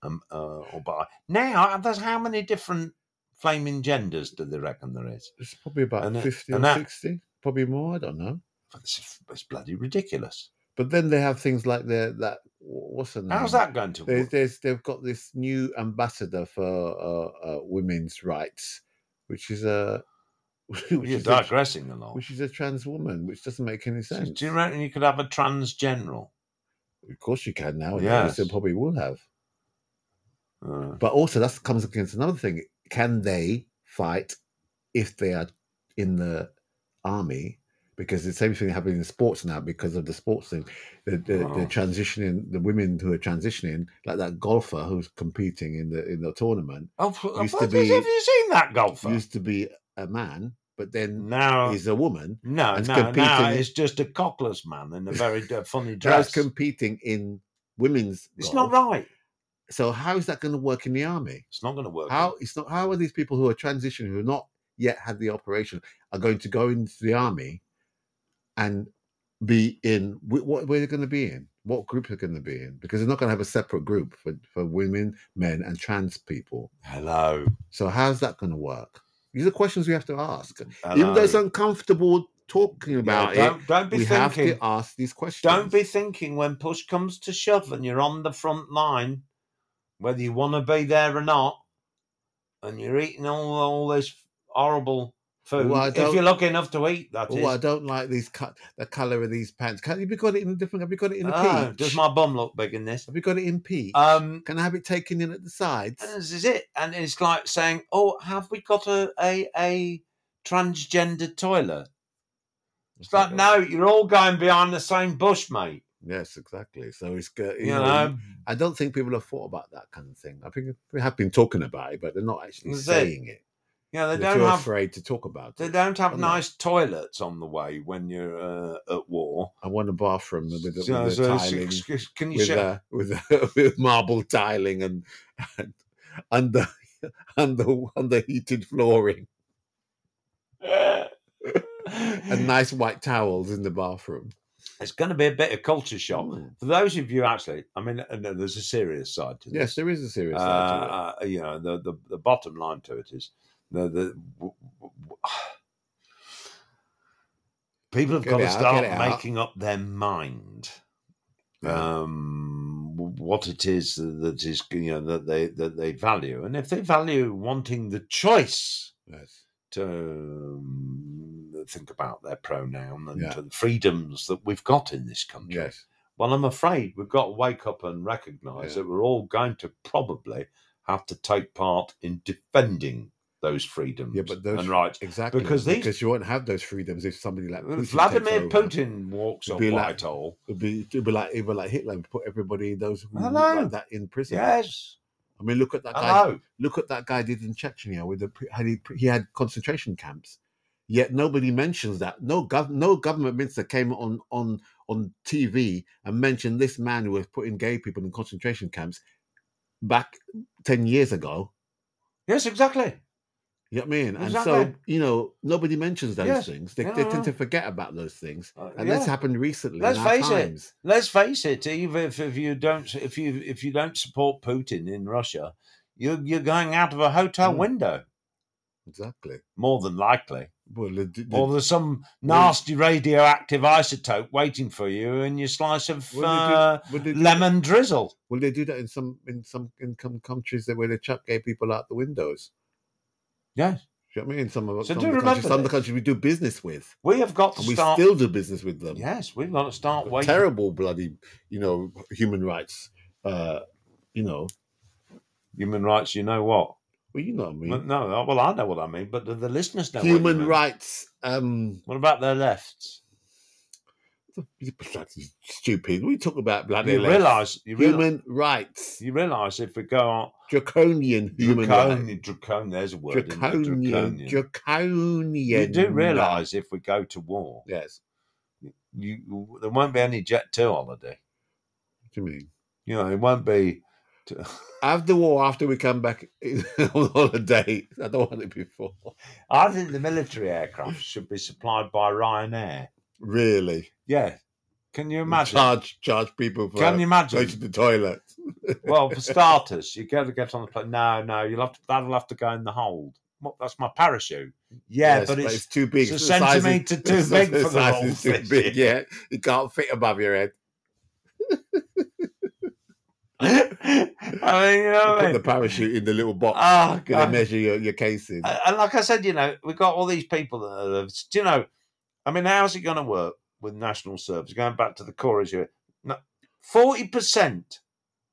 Speaker 1: um, uh, or bi. Now, there's how many different flaming genders do they reckon there is?
Speaker 2: it's probably about
Speaker 1: and it-
Speaker 2: 50
Speaker 1: and
Speaker 2: or
Speaker 1: that-
Speaker 2: 60, probably more. I don't know.
Speaker 1: It's, it's bloody ridiculous.
Speaker 2: But then they have things like their that what's the name?
Speaker 1: How's that going to
Speaker 2: There's,
Speaker 1: work?
Speaker 2: there's they've got this new ambassador for uh, uh, women's rights, which is a which
Speaker 1: You're
Speaker 2: is a,
Speaker 1: digressing a lot.
Speaker 2: which is a trans woman, which doesn't make any
Speaker 1: So
Speaker 2: sense.
Speaker 1: Do you reckon you could have a trans general?
Speaker 2: Of course, you can now.
Speaker 1: Yes.
Speaker 2: Yes, they probably will have.
Speaker 1: Uh,
Speaker 2: But also, that comes against another thing: can they fight if they are in the army? Because the same thing happening in sports now because of the sports thing. They're, they're,
Speaker 1: Oh.
Speaker 2: they're transitioning the women who are transitioning, like that golfer who's competing in the in the tournament,
Speaker 1: oh, f-
Speaker 2: Used to
Speaker 1: what-
Speaker 2: be-
Speaker 1: have you seen that golfer? Mm.
Speaker 2: used to be a man, but then
Speaker 1: now,
Speaker 2: he's a woman.
Speaker 1: no,
Speaker 2: it's
Speaker 1: no, now
Speaker 2: competing-
Speaker 1: it's just a cockless man in a very uh, funny
Speaker 2: Now he's
Speaker 1: dress.
Speaker 2: competing in women's.
Speaker 1: It's
Speaker 2: golf.
Speaker 1: not right.
Speaker 2: So how is that going to work in the army?
Speaker 1: It's not going to work.
Speaker 2: How it's not how are these people who are transitioning who have not yet had the operation are going to go into the army and be in wh- what where they're going to be in what group they're going to be in because they're not going to have a separate group for, for women men and trans people
Speaker 1: Hello.
Speaker 2: so how's that going to work these are questions we have to ask even though
Speaker 1: Hello.
Speaker 2: it's uncomfortable talking
Speaker 1: Yeah,
Speaker 2: about it
Speaker 1: don't, don't be
Speaker 2: we have
Speaker 1: thinking.
Speaker 2: to ask these questions
Speaker 1: Don't be thinking when push comes to shove and you're on the front line, whether you want to be there or not, and you're eating all all this horrible food.
Speaker 2: Well, I
Speaker 1: if
Speaker 2: don't-
Speaker 1: you're lucky enough to eat, that is.
Speaker 2: oh i don't like these cut the color of these pants can you got it in a different have you got it in a
Speaker 1: Oh,
Speaker 2: peach
Speaker 1: does my bum look big in this?
Speaker 2: have you got it in peach
Speaker 1: Um,
Speaker 2: Can I have it taken in at the sides?
Speaker 1: and this is it. And it's like saying, "Oh, have we got a a, a transgender toilet?" It's like, no, you're all going behind the same bush, mate.
Speaker 2: Yes, exactly. So it's good.
Speaker 1: You know,
Speaker 2: um, I don't think people have thought about that kind of thing. I think we have been talking about it, but they're not actually
Speaker 1: That's it.
Speaker 2: saying it.
Speaker 1: you know, they
Speaker 2: They're
Speaker 1: don't
Speaker 2: too
Speaker 1: have
Speaker 2: afraid to talk about
Speaker 1: They
Speaker 2: it.
Speaker 1: don't have
Speaker 2: Don't they?
Speaker 1: nice toilets on the way when you're uh, at war.
Speaker 2: I want a bathroom with, with,
Speaker 1: So-
Speaker 2: with
Speaker 1: so
Speaker 2: the
Speaker 1: it's-
Speaker 2: tiling,
Speaker 1: excuse- can you
Speaker 2: with,
Speaker 1: show?
Speaker 2: uh, with, uh, with marble tiling and, and under under underheated flooring and nice white towels in the bathroom.
Speaker 1: It's going to be a bit of culture shock
Speaker 2: Mm.
Speaker 1: for those of you. Actually, I mean, uh, no, there's a serious side to this.
Speaker 2: Yes, there is a serious
Speaker 1: uh,
Speaker 2: side to it.
Speaker 1: uh, you know, the, the the bottom line to it is the the. w- w- w- People have
Speaker 2: Get
Speaker 1: got
Speaker 2: it
Speaker 1: to
Speaker 2: out, get
Speaker 1: start
Speaker 2: it out.
Speaker 1: making up their mind uh,
Speaker 2: Yeah.
Speaker 1: um, what it is that is you know that they that they value, and if they value wanting the choice
Speaker 2: Yes.
Speaker 1: to um, think about their pronoun and
Speaker 2: Yeah.
Speaker 1: to the freedoms that we've got in this country,
Speaker 2: Yes.
Speaker 1: well, I'm afraid we've got to wake up and recognise
Speaker 2: Yeah.
Speaker 1: that we're all going to probably have to take part in defending those freedoms
Speaker 2: but those-
Speaker 1: and rights.
Speaker 2: Exactly.
Speaker 1: Because these-
Speaker 2: because you won't have those freedoms if somebody like Putin takes
Speaker 1: Vladimir
Speaker 2: over.
Speaker 1: Putin walks
Speaker 2: It'd
Speaker 1: on
Speaker 2: be like-
Speaker 1: Whitehall.
Speaker 2: It'd be, it'd be like even like Hitler and put everybody those who look
Speaker 1: Hello.
Speaker 2: like that in prison.
Speaker 1: Yes.
Speaker 2: I mean, look at that guy.
Speaker 1: Hello.
Speaker 2: Look at that guy did in Chechnya with the had he, he had concentration camps. Yet nobody mentions that. No gov, no government minister came on on on TV and mentioned this man who was putting gay people in concentration camps back ten years ago.
Speaker 1: Yes, exactly.
Speaker 2: You know what I mean? And so
Speaker 1: Exactly.
Speaker 2: you know nobody mentions those
Speaker 1: Yes.
Speaker 2: things. They,
Speaker 1: Yeah,
Speaker 2: they
Speaker 1: I
Speaker 2: tend
Speaker 1: know.
Speaker 2: to forget about those things.
Speaker 1: Uh,
Speaker 2: And
Speaker 1: yeah.
Speaker 2: that's happened recently.
Speaker 1: Let's
Speaker 2: in our
Speaker 1: face it.
Speaker 2: times.
Speaker 1: Let's face it. Even if, if you don't, if you if you don't support Putin in Russia, you you're going out of a hotel
Speaker 2: Mm.
Speaker 1: window
Speaker 2: Exactly.
Speaker 1: more than likely,
Speaker 2: Well, the, the,
Speaker 1: or there's some
Speaker 2: Well-
Speaker 1: nasty radioactive isotope waiting for you in your slice of
Speaker 2: Well, they do-
Speaker 1: uh,
Speaker 2: well, they do-
Speaker 1: lemon drizzle.
Speaker 2: Well, they do that in some in some income countries that where they chuck gay people out the windows.
Speaker 1: Yes,
Speaker 2: Do you know what I mean? Some of
Speaker 1: So
Speaker 2: some,
Speaker 1: do
Speaker 2: of the,
Speaker 1: remember
Speaker 2: countries, some of the
Speaker 1: this.
Speaker 2: countries we do business with,
Speaker 1: we have got to
Speaker 2: and we
Speaker 1: start.
Speaker 2: still do business with them.
Speaker 1: yes, we've got to start
Speaker 2: Got
Speaker 1: waiting.
Speaker 2: Terrible bloody, you know, human rights. Uh, you know,
Speaker 1: Human rights. You know what?
Speaker 2: well, you know what I
Speaker 1: No,
Speaker 2: mean.
Speaker 1: no, uh, well I know what I mean, but the, the listeners know. what you
Speaker 2: Mm. human
Speaker 1: mean.
Speaker 2: rights. Um,
Speaker 1: What about their lefts?
Speaker 2: bloody stupid. We talk about bloody
Speaker 1: You
Speaker 2: left.
Speaker 1: realise you realise
Speaker 2: human rights,
Speaker 1: you realise if we go on
Speaker 2: draconian human
Speaker 1: draconian,
Speaker 2: rights,
Speaker 1: draconian, there's a word. isn't it?
Speaker 2: draconian,
Speaker 1: draconian.
Speaker 2: draconian.
Speaker 1: You do realise if we go to war,
Speaker 2: Yes.
Speaker 1: you there won't be any Jet Two holiday.
Speaker 2: What do you mean?
Speaker 1: You know, it won't be.
Speaker 2: After the war, after we come back on holiday, I don't want it before.
Speaker 1: I think the military aircraft should be supplied by Ryanair.
Speaker 2: Really?
Speaker 1: Yeah, can you imagine?
Speaker 2: Charge charge people for
Speaker 1: Can you
Speaker 2: going to
Speaker 1: imagine?
Speaker 2: the toilet.
Speaker 1: Well, for starters, you got to get on the plane. No, no, you'll have to, that'll have to go in the hold. What, that's my parachute. Yeah,
Speaker 2: Yes,
Speaker 1: but it's
Speaker 2: too big.
Speaker 1: it's a
Speaker 2: the size is-
Speaker 1: centimetre too
Speaker 2: it's-
Speaker 1: big for the
Speaker 2: size
Speaker 1: whole
Speaker 2: is too
Speaker 1: thing.
Speaker 2: big, yeah. It can't fit above your head.
Speaker 1: I mean, you know,
Speaker 2: You
Speaker 1: what I
Speaker 2: put the
Speaker 1: mean?
Speaker 2: parachute in the little box.
Speaker 1: oh,
Speaker 2: Gonna
Speaker 1: God.
Speaker 2: measure your, your cases.
Speaker 1: And and like I said, you know, we've got all these people that are, do you know, I mean, how's it going to work with national service? Going back to the core issue, no, 40%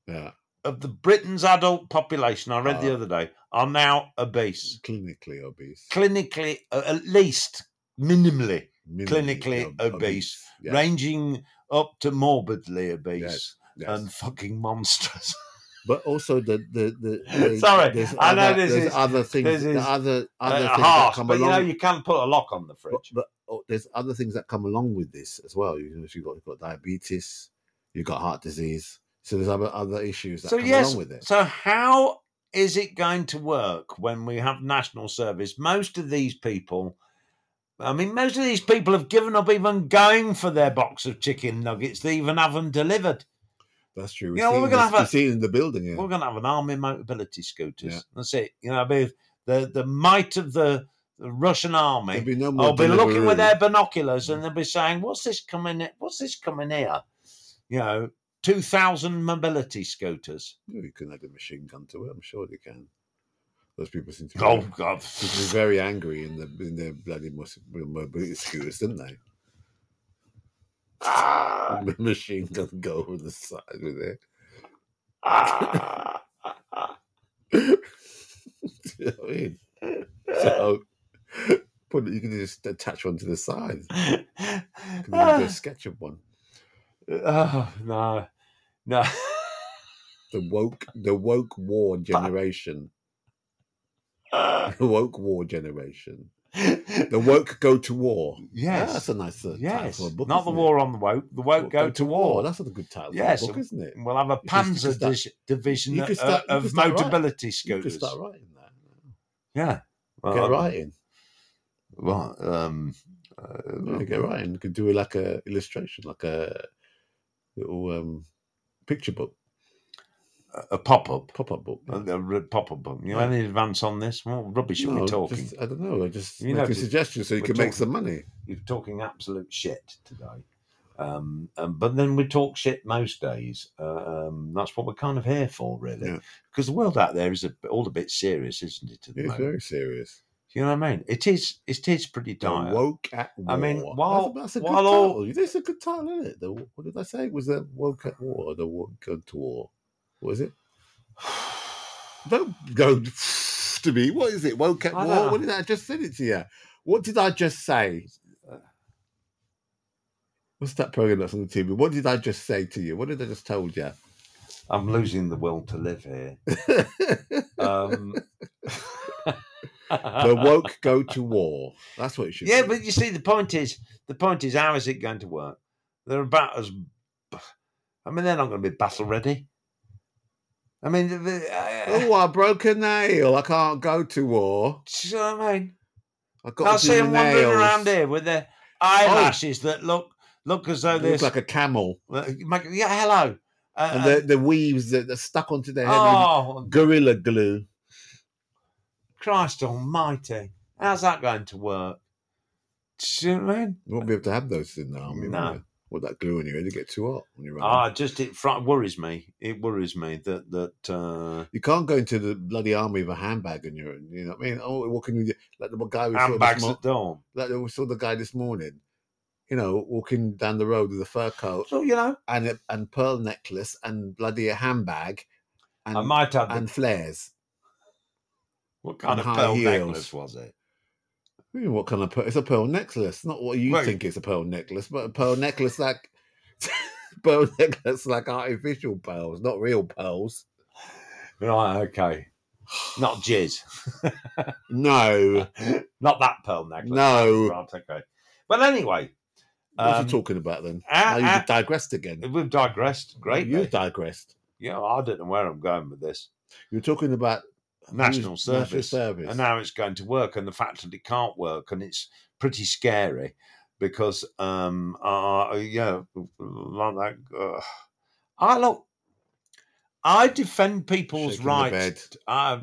Speaker 2: yeah,
Speaker 1: of the Britain's adult population, I read the
Speaker 2: Ah.
Speaker 1: other day, are now obese,
Speaker 2: clinically obese.
Speaker 1: clinically, uh, at least minimally,
Speaker 2: Minimally
Speaker 1: clinically
Speaker 2: ob-
Speaker 1: obese,
Speaker 2: Yeah,
Speaker 1: ranging up to morbidly obese
Speaker 2: Yes, yes.
Speaker 1: and fucking monstrous.
Speaker 2: but also the the the, the
Speaker 1: Sorry,
Speaker 2: there's
Speaker 1: I know
Speaker 2: other,
Speaker 1: this
Speaker 2: there's
Speaker 1: is-
Speaker 2: other things,
Speaker 1: this
Speaker 2: the
Speaker 1: is,
Speaker 2: other other
Speaker 1: Uh,
Speaker 2: things that
Speaker 1: harsh,
Speaker 2: come
Speaker 1: but
Speaker 2: along.
Speaker 1: you know, you can put a lock on the
Speaker 2: but,
Speaker 1: fridge.
Speaker 2: but oh, there's other things that come along with this as well. You know, if you've got, you've got diabetes, you've got heart disease. So there's other other issues that
Speaker 1: So
Speaker 2: come
Speaker 1: yes,
Speaker 2: along with it.
Speaker 1: So how is it going to work when we have national service? Most of these people, I mean, most of these people have given up even going for their box of chicken nuggets. They even have them delivered.
Speaker 2: That's true.
Speaker 1: Yeah, well, we're gonna have a-
Speaker 2: we see it in the building. Yeah.
Speaker 1: We're going to have an army mobility scooters.
Speaker 2: Yeah.
Speaker 1: That's it. You know, I mean, the the might of the, the Russian army.
Speaker 2: There'll be no more.
Speaker 1: I'll be looking with
Speaker 2: Deliveroo.
Speaker 1: their binoculars and they'll be saying, "What's this coming? i- What's this coming here?" You know, two thousand mobility scooters.
Speaker 2: Yeah, You can add a machine gun to it. I'm sure they can. Those people seem to be,
Speaker 1: Oh God!
Speaker 2: seem to be very angry in the in their bloody mos- mobility scooters, didn't they?
Speaker 1: Ah,
Speaker 2: The machine gun go over the side with it.
Speaker 1: ah,
Speaker 2: You know what I mean? So put it- you can just attach one to the side. Can we do a sketch of one?
Speaker 1: oh no, no.
Speaker 2: The woke, the woke war generation, the woke war generation, the woke go to war. Ah,
Speaker 1: yes,
Speaker 2: that's a nice uh, title
Speaker 1: yes.
Speaker 2: for a book.
Speaker 1: Not the
Speaker 2: isn't it?
Speaker 1: war on the woke. The woke
Speaker 2: Wo-
Speaker 1: go to war.
Speaker 2: That's a good title
Speaker 1: Yes,
Speaker 2: for a book, isn't it?
Speaker 1: We'll have a
Speaker 2: You could- you could
Speaker 1: panzer
Speaker 2: start-
Speaker 1: dis- division
Speaker 2: you could
Speaker 1: uh,
Speaker 2: start- you
Speaker 1: of
Speaker 2: could start right.
Speaker 1: mobility
Speaker 2: You could
Speaker 1: scooters.
Speaker 2: start writing that.
Speaker 1: Yeah. Well,
Speaker 2: Get
Speaker 1: I-
Speaker 2: writing.
Speaker 1: Well, um, uh,
Speaker 2: Yeah, get writing. You could do like a illustration, like a little um, picture book.
Speaker 1: a- a pop up,
Speaker 2: Pop up book.
Speaker 1: a, a pop up book. You
Speaker 2: Yeah.
Speaker 1: have any advance on this? What rubbish are
Speaker 2: No,
Speaker 1: we talking?
Speaker 2: just- I don't know. I just
Speaker 1: You know,
Speaker 2: making
Speaker 1: just-
Speaker 2: suggestions so you
Speaker 1: we're
Speaker 2: can make
Speaker 1: talking.
Speaker 2: some money.
Speaker 1: You're talking absolute shit today. Um, um, but then we talk shit most days. Uh, um, that's what we're kind of here for, really,
Speaker 2: Yeah.
Speaker 1: because the world out there is a, all a bit serious, isn't it? At the
Speaker 2: It's
Speaker 1: moment?
Speaker 2: very serious.
Speaker 1: You know what I mean? It is. It is pretty
Speaker 2: The
Speaker 1: dire.
Speaker 2: woke at war.
Speaker 1: I mean,
Speaker 2: That's-
Speaker 1: while-
Speaker 2: that's, a good
Speaker 1: while all-
Speaker 2: title. That's a good title, isn't it? The, what did I say? Was the woke at war? Or the woke go to war? What is it? Don't go to me. What is it? Woke at
Speaker 1: I
Speaker 2: war.
Speaker 1: don't know.
Speaker 2: What did I I just said it to you? What did I just say? What's that program that's on the TV? What did I just say to you? What did I just told you?
Speaker 1: I'm losing the will to live here.
Speaker 2: the
Speaker 1: Um,
Speaker 2: woke go to war. That's what it should.
Speaker 1: yeah,
Speaker 2: be.
Speaker 1: but you see, the point is, the point is, how is it going to work? They're about as. I mean, they're not going to be battle ready. I mean, the, the, uh,
Speaker 2: oh, I broke a nail. I can't go to war.
Speaker 1: do you know what I mean?
Speaker 2: I got
Speaker 1: I'll
Speaker 2: to
Speaker 1: see
Speaker 2: do
Speaker 1: them wandering
Speaker 2: nails. Oh.
Speaker 1: around here with their eyelashes that look look as though
Speaker 2: They
Speaker 1: they're
Speaker 2: look like a camel,
Speaker 1: like, yeah, hello. Uh,
Speaker 2: and
Speaker 1: uh,
Speaker 2: the, the weaves that are stuck onto their head
Speaker 1: oh,
Speaker 2: with gorilla glue.
Speaker 1: Christ Almighty! How's that going to work? Do you know what I mean?
Speaker 2: You won't be able to have those in the army.
Speaker 1: No.
Speaker 2: will you? With that glue on your head, you get too hot when you're
Speaker 1: Ah, just it fr- worries me. It worries me that that uh,
Speaker 2: You can't go into the bloody army with a handbag on your. You know what I mean? Oh, walking with your, like the guy we saw this
Speaker 1: handbags
Speaker 2: mo-
Speaker 1: at dawn.
Speaker 2: like we saw the guy this morning. You know, walking down the road with a fur coat
Speaker 1: So you know,
Speaker 2: and a, and pearl necklace and bloody a handbag, and
Speaker 1: I might have. the-
Speaker 2: and flares.
Speaker 1: what kind
Speaker 2: and
Speaker 1: of
Speaker 2: high
Speaker 1: pearl
Speaker 2: heels.
Speaker 1: necklace was it?
Speaker 2: I mean, what kind of pearl? It's a pearl necklace, not what you
Speaker 1: Well-
Speaker 2: think it's a pearl necklace, but a pearl necklace like pearl necklace like artificial pearls, not real pearls.
Speaker 1: Right, okay. Not jizz.
Speaker 2: No,
Speaker 1: Not that pearl necklace.
Speaker 2: No.
Speaker 1: Right, okay. But anyway,
Speaker 2: what are
Speaker 1: Um,
Speaker 2: you talking about then?
Speaker 1: ah,
Speaker 2: now you've
Speaker 1: ah,
Speaker 2: digressed again.
Speaker 1: we've digressed greatly.
Speaker 2: You've digressed.
Speaker 1: Yeah, I don't know where I'm going with this.
Speaker 2: You're talking about
Speaker 1: National
Speaker 2: who's- national
Speaker 1: service.
Speaker 2: service.
Speaker 1: and how it's going to work and the fact that it can't work and it's pretty scary because um uh yeah like that uh, i look i defend people's
Speaker 2: Shaking the bed.
Speaker 1: rights uh, i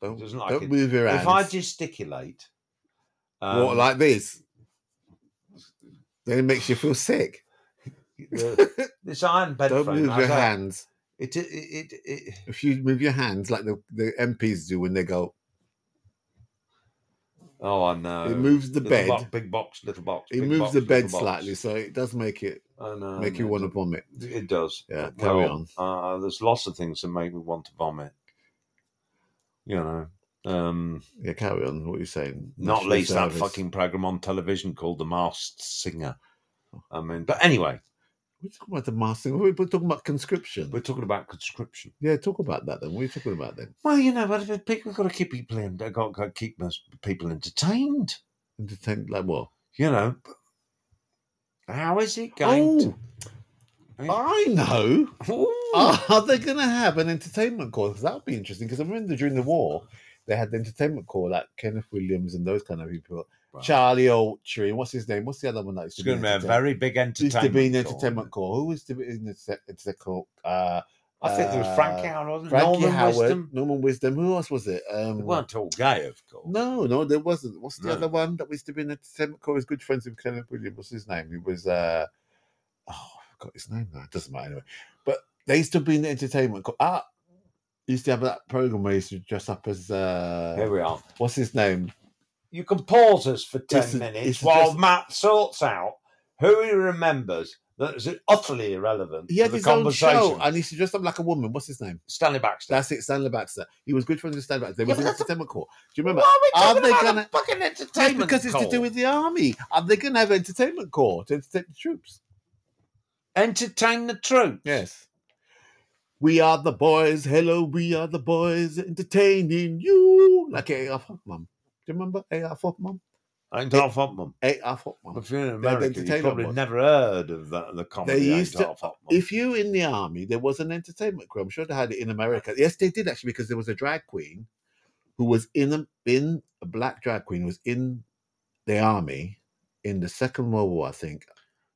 Speaker 2: Don't,
Speaker 1: doesn't like
Speaker 2: don't
Speaker 1: it.
Speaker 2: move your hands.
Speaker 1: if i gesticulate um,
Speaker 2: what, like this, then it makes you feel sick.
Speaker 1: the- this iron bed
Speaker 2: Don't
Speaker 1: frame,
Speaker 2: move
Speaker 1: I
Speaker 2: your
Speaker 1: don't-
Speaker 2: hands.
Speaker 1: it it, it, it
Speaker 2: If you move your hands like the, the MPs do when they go,
Speaker 1: oh i know
Speaker 2: it moves the
Speaker 1: Little
Speaker 2: bed.
Speaker 1: box, big box little box
Speaker 2: It
Speaker 1: big
Speaker 2: moves
Speaker 1: box,
Speaker 2: the
Speaker 1: little
Speaker 2: bed
Speaker 1: box. Oh,
Speaker 2: slightly, so it does make it
Speaker 1: I know,
Speaker 2: make you
Speaker 1: mate.
Speaker 2: want to vomit.
Speaker 1: It does.
Speaker 2: Yeah, carry
Speaker 1: on. Uh, there's lots of things that make me want to vomit. You know, um,
Speaker 2: Yeah, carry on. What are you saying?
Speaker 1: not
Speaker 2: National
Speaker 1: least
Speaker 2: service.
Speaker 1: that fucking program on television called The Masked Singer. I mean, but anyway,
Speaker 2: We're talking about the masking. We're talking about conscription.
Speaker 1: we're talking about conscription.
Speaker 2: Yeah, talk about that then. What are you talking about then?
Speaker 1: Well, you know, but if people got to keep people in. They got to keep those people entertained.
Speaker 2: Entertain like what?
Speaker 1: You know, how is it going? to-
Speaker 2: Oh, I know.
Speaker 1: Ooh.
Speaker 2: Are they going to have an entertainment corps? Because that would be interesting. Because I remember during the war, they had the entertainment corps like Kenneth Williams and those kind of people.
Speaker 1: Right.
Speaker 2: Charlie Autry and what's his name? What's the other one that
Speaker 1: It's
Speaker 2: used to be
Speaker 1: going to be a
Speaker 2: entertain-
Speaker 1: very big
Speaker 2: used
Speaker 1: entertainment.
Speaker 2: to be in the
Speaker 1: tour.
Speaker 2: entertainment corps? Who was to be in the se- entertainment corps? Uh,
Speaker 1: I think there was Frank
Speaker 2: Uh,
Speaker 1: Howard, wasn't there?
Speaker 2: Frankie
Speaker 1: Norman
Speaker 2: Howard,
Speaker 1: Wisdom.
Speaker 2: Norman Wisdom. Who else was it? Um,
Speaker 1: They weren't all gay, of course.
Speaker 2: No, no, there wasn't. What's the
Speaker 1: No.
Speaker 2: other one that used to be in the entertainment corps? Was good friends with Kenneth Williams. What's his name? He was. Uh, oh, I forgot his name now. It doesn't matter anyway. But they used to be in the entertainment corps. Ah, used to have that program where he used to dress up as.
Speaker 1: Here
Speaker 2: Uh,
Speaker 1: we are.
Speaker 2: what's his name?
Speaker 1: You can pause us for 10
Speaker 2: It's a-
Speaker 1: minutes
Speaker 2: it's
Speaker 1: while
Speaker 2: just-
Speaker 1: Matt sorts out who he remembers that is utterly irrelevant
Speaker 2: He
Speaker 1: to
Speaker 2: had
Speaker 1: the
Speaker 2: his own
Speaker 1: conversation.
Speaker 2: show and he used to dress up like a woman. What's his name?
Speaker 1: Stanley Baxter.
Speaker 2: That's it, Stanley Baxter. He was good friends with Stanley Baxter. They
Speaker 1: Yeah,
Speaker 2: was
Speaker 1: but
Speaker 2: in the
Speaker 1: that's a-
Speaker 2: entertainment corps. Do you remember?
Speaker 1: Why are
Speaker 2: Are
Speaker 1: we
Speaker 2: they
Speaker 1: talking about
Speaker 2: gonna-
Speaker 1: a fucking
Speaker 2: Just
Speaker 1: entertainment
Speaker 2: because it's to do
Speaker 1: call?
Speaker 2: with the army. Are they going to have entertainment corps to entertain the troops?
Speaker 1: Entertain the troops.
Speaker 2: Yes. We are the boys. Hello, we are the boys entertaining you. Like A.R. Hoffman. Do you remember A.R. Hoffman?
Speaker 1: Ain't half of them.
Speaker 2: A.R. Hoffman.
Speaker 1: If you're in
Speaker 2: They're the
Speaker 1: America, you
Speaker 2: entertainment
Speaker 1: probably
Speaker 2: ones.
Speaker 1: never heard of that, the comedy
Speaker 2: They
Speaker 1: Ain't
Speaker 2: used to-
Speaker 1: Half of 'Em.
Speaker 2: If you in the army, there was an entertainment crew. I'm sure they had it in America. Yes, they did actually, because there was a drag queen who was in a, in a black drag queen who was in the army in the Second World War, I think.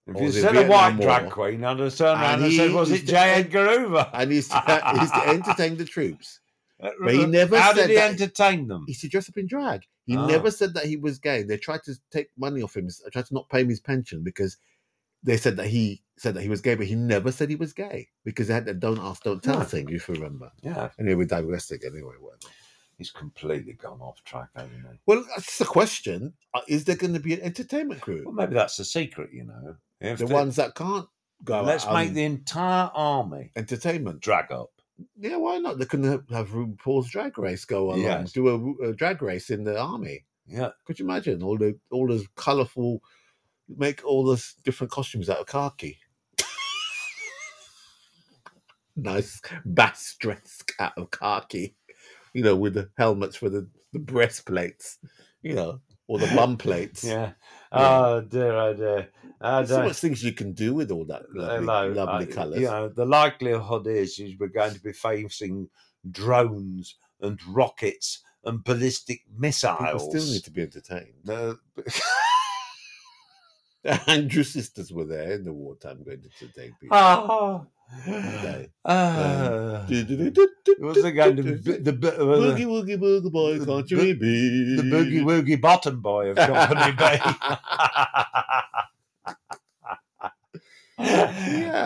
Speaker 1: If
Speaker 2: Or
Speaker 1: you
Speaker 2: the
Speaker 1: said a white
Speaker 2: Vietnam
Speaker 1: drag
Speaker 2: War.
Speaker 1: queen, I'd have turned around
Speaker 2: And
Speaker 1: and, said,
Speaker 2: he
Speaker 1: "Was
Speaker 2: used
Speaker 1: it
Speaker 2: to-
Speaker 1: J. Edgar Hoover?"
Speaker 2: And he's to, he's to entertain the troops.
Speaker 1: But
Speaker 2: he never
Speaker 1: How
Speaker 2: said
Speaker 1: did he
Speaker 2: that-
Speaker 1: entertain them?
Speaker 2: He's to dress up in drag. He
Speaker 1: Ah.
Speaker 2: never said that he was gay. They tried to take money off him. They tried to not pay him his pension because they said that he said that he was gay, but he never said he was gay because they had that "don't ask, don't tell"
Speaker 1: No.
Speaker 2: thing. If you remember.
Speaker 1: Yeah,
Speaker 2: Anyway, we're digressing. Anyway, whatever.
Speaker 1: he's completely gone off track, hasn't he?
Speaker 2: Well, that's the question: Uh, Is there going to be an entertainment crew?
Speaker 1: Well, maybe that's the secret, you know. If
Speaker 2: the
Speaker 1: they-
Speaker 2: ones that can't go.
Speaker 1: let's
Speaker 2: out
Speaker 1: make
Speaker 2: and
Speaker 1: the entire army
Speaker 2: entertainment.
Speaker 1: drag up.
Speaker 2: Yeah, why not? They can have, have RuPaul's Drag Race go along,
Speaker 1: Yes.
Speaker 2: do a, Ru- a drag race in the army.
Speaker 1: Yeah,
Speaker 2: Could you imagine all the all those colourful, make all those different costumes out of khaki? nice bass dress out of khaki, you know, with the helmets for the, the breastplates, you know, or the bum plates.
Speaker 1: yeah.
Speaker 2: Yeah.
Speaker 1: Oh dear, oh dear. Oh,
Speaker 2: There's so
Speaker 1: dear.
Speaker 2: much things you can do with all that lovely,
Speaker 1: Hello.
Speaker 2: lovely
Speaker 1: uh,
Speaker 2: colours.
Speaker 1: You know, the likelihood is, is we're going to be facing drones and rockets and ballistic
Speaker 2: People
Speaker 1: missiles.
Speaker 2: still need to be entertained.
Speaker 1: No,
Speaker 2: The Andrew sisters were there in the wartime going to entertain people.
Speaker 1: Ah.
Speaker 2: Okay.
Speaker 1: Ah. Was it going to be
Speaker 2: Boogie
Speaker 1: the b- the,
Speaker 2: woogie boogie boy,
Speaker 1: the
Speaker 2: can't
Speaker 1: bo-
Speaker 2: you be?
Speaker 1: the boogie woogie bottom boy of Company B?
Speaker 2: Yeah.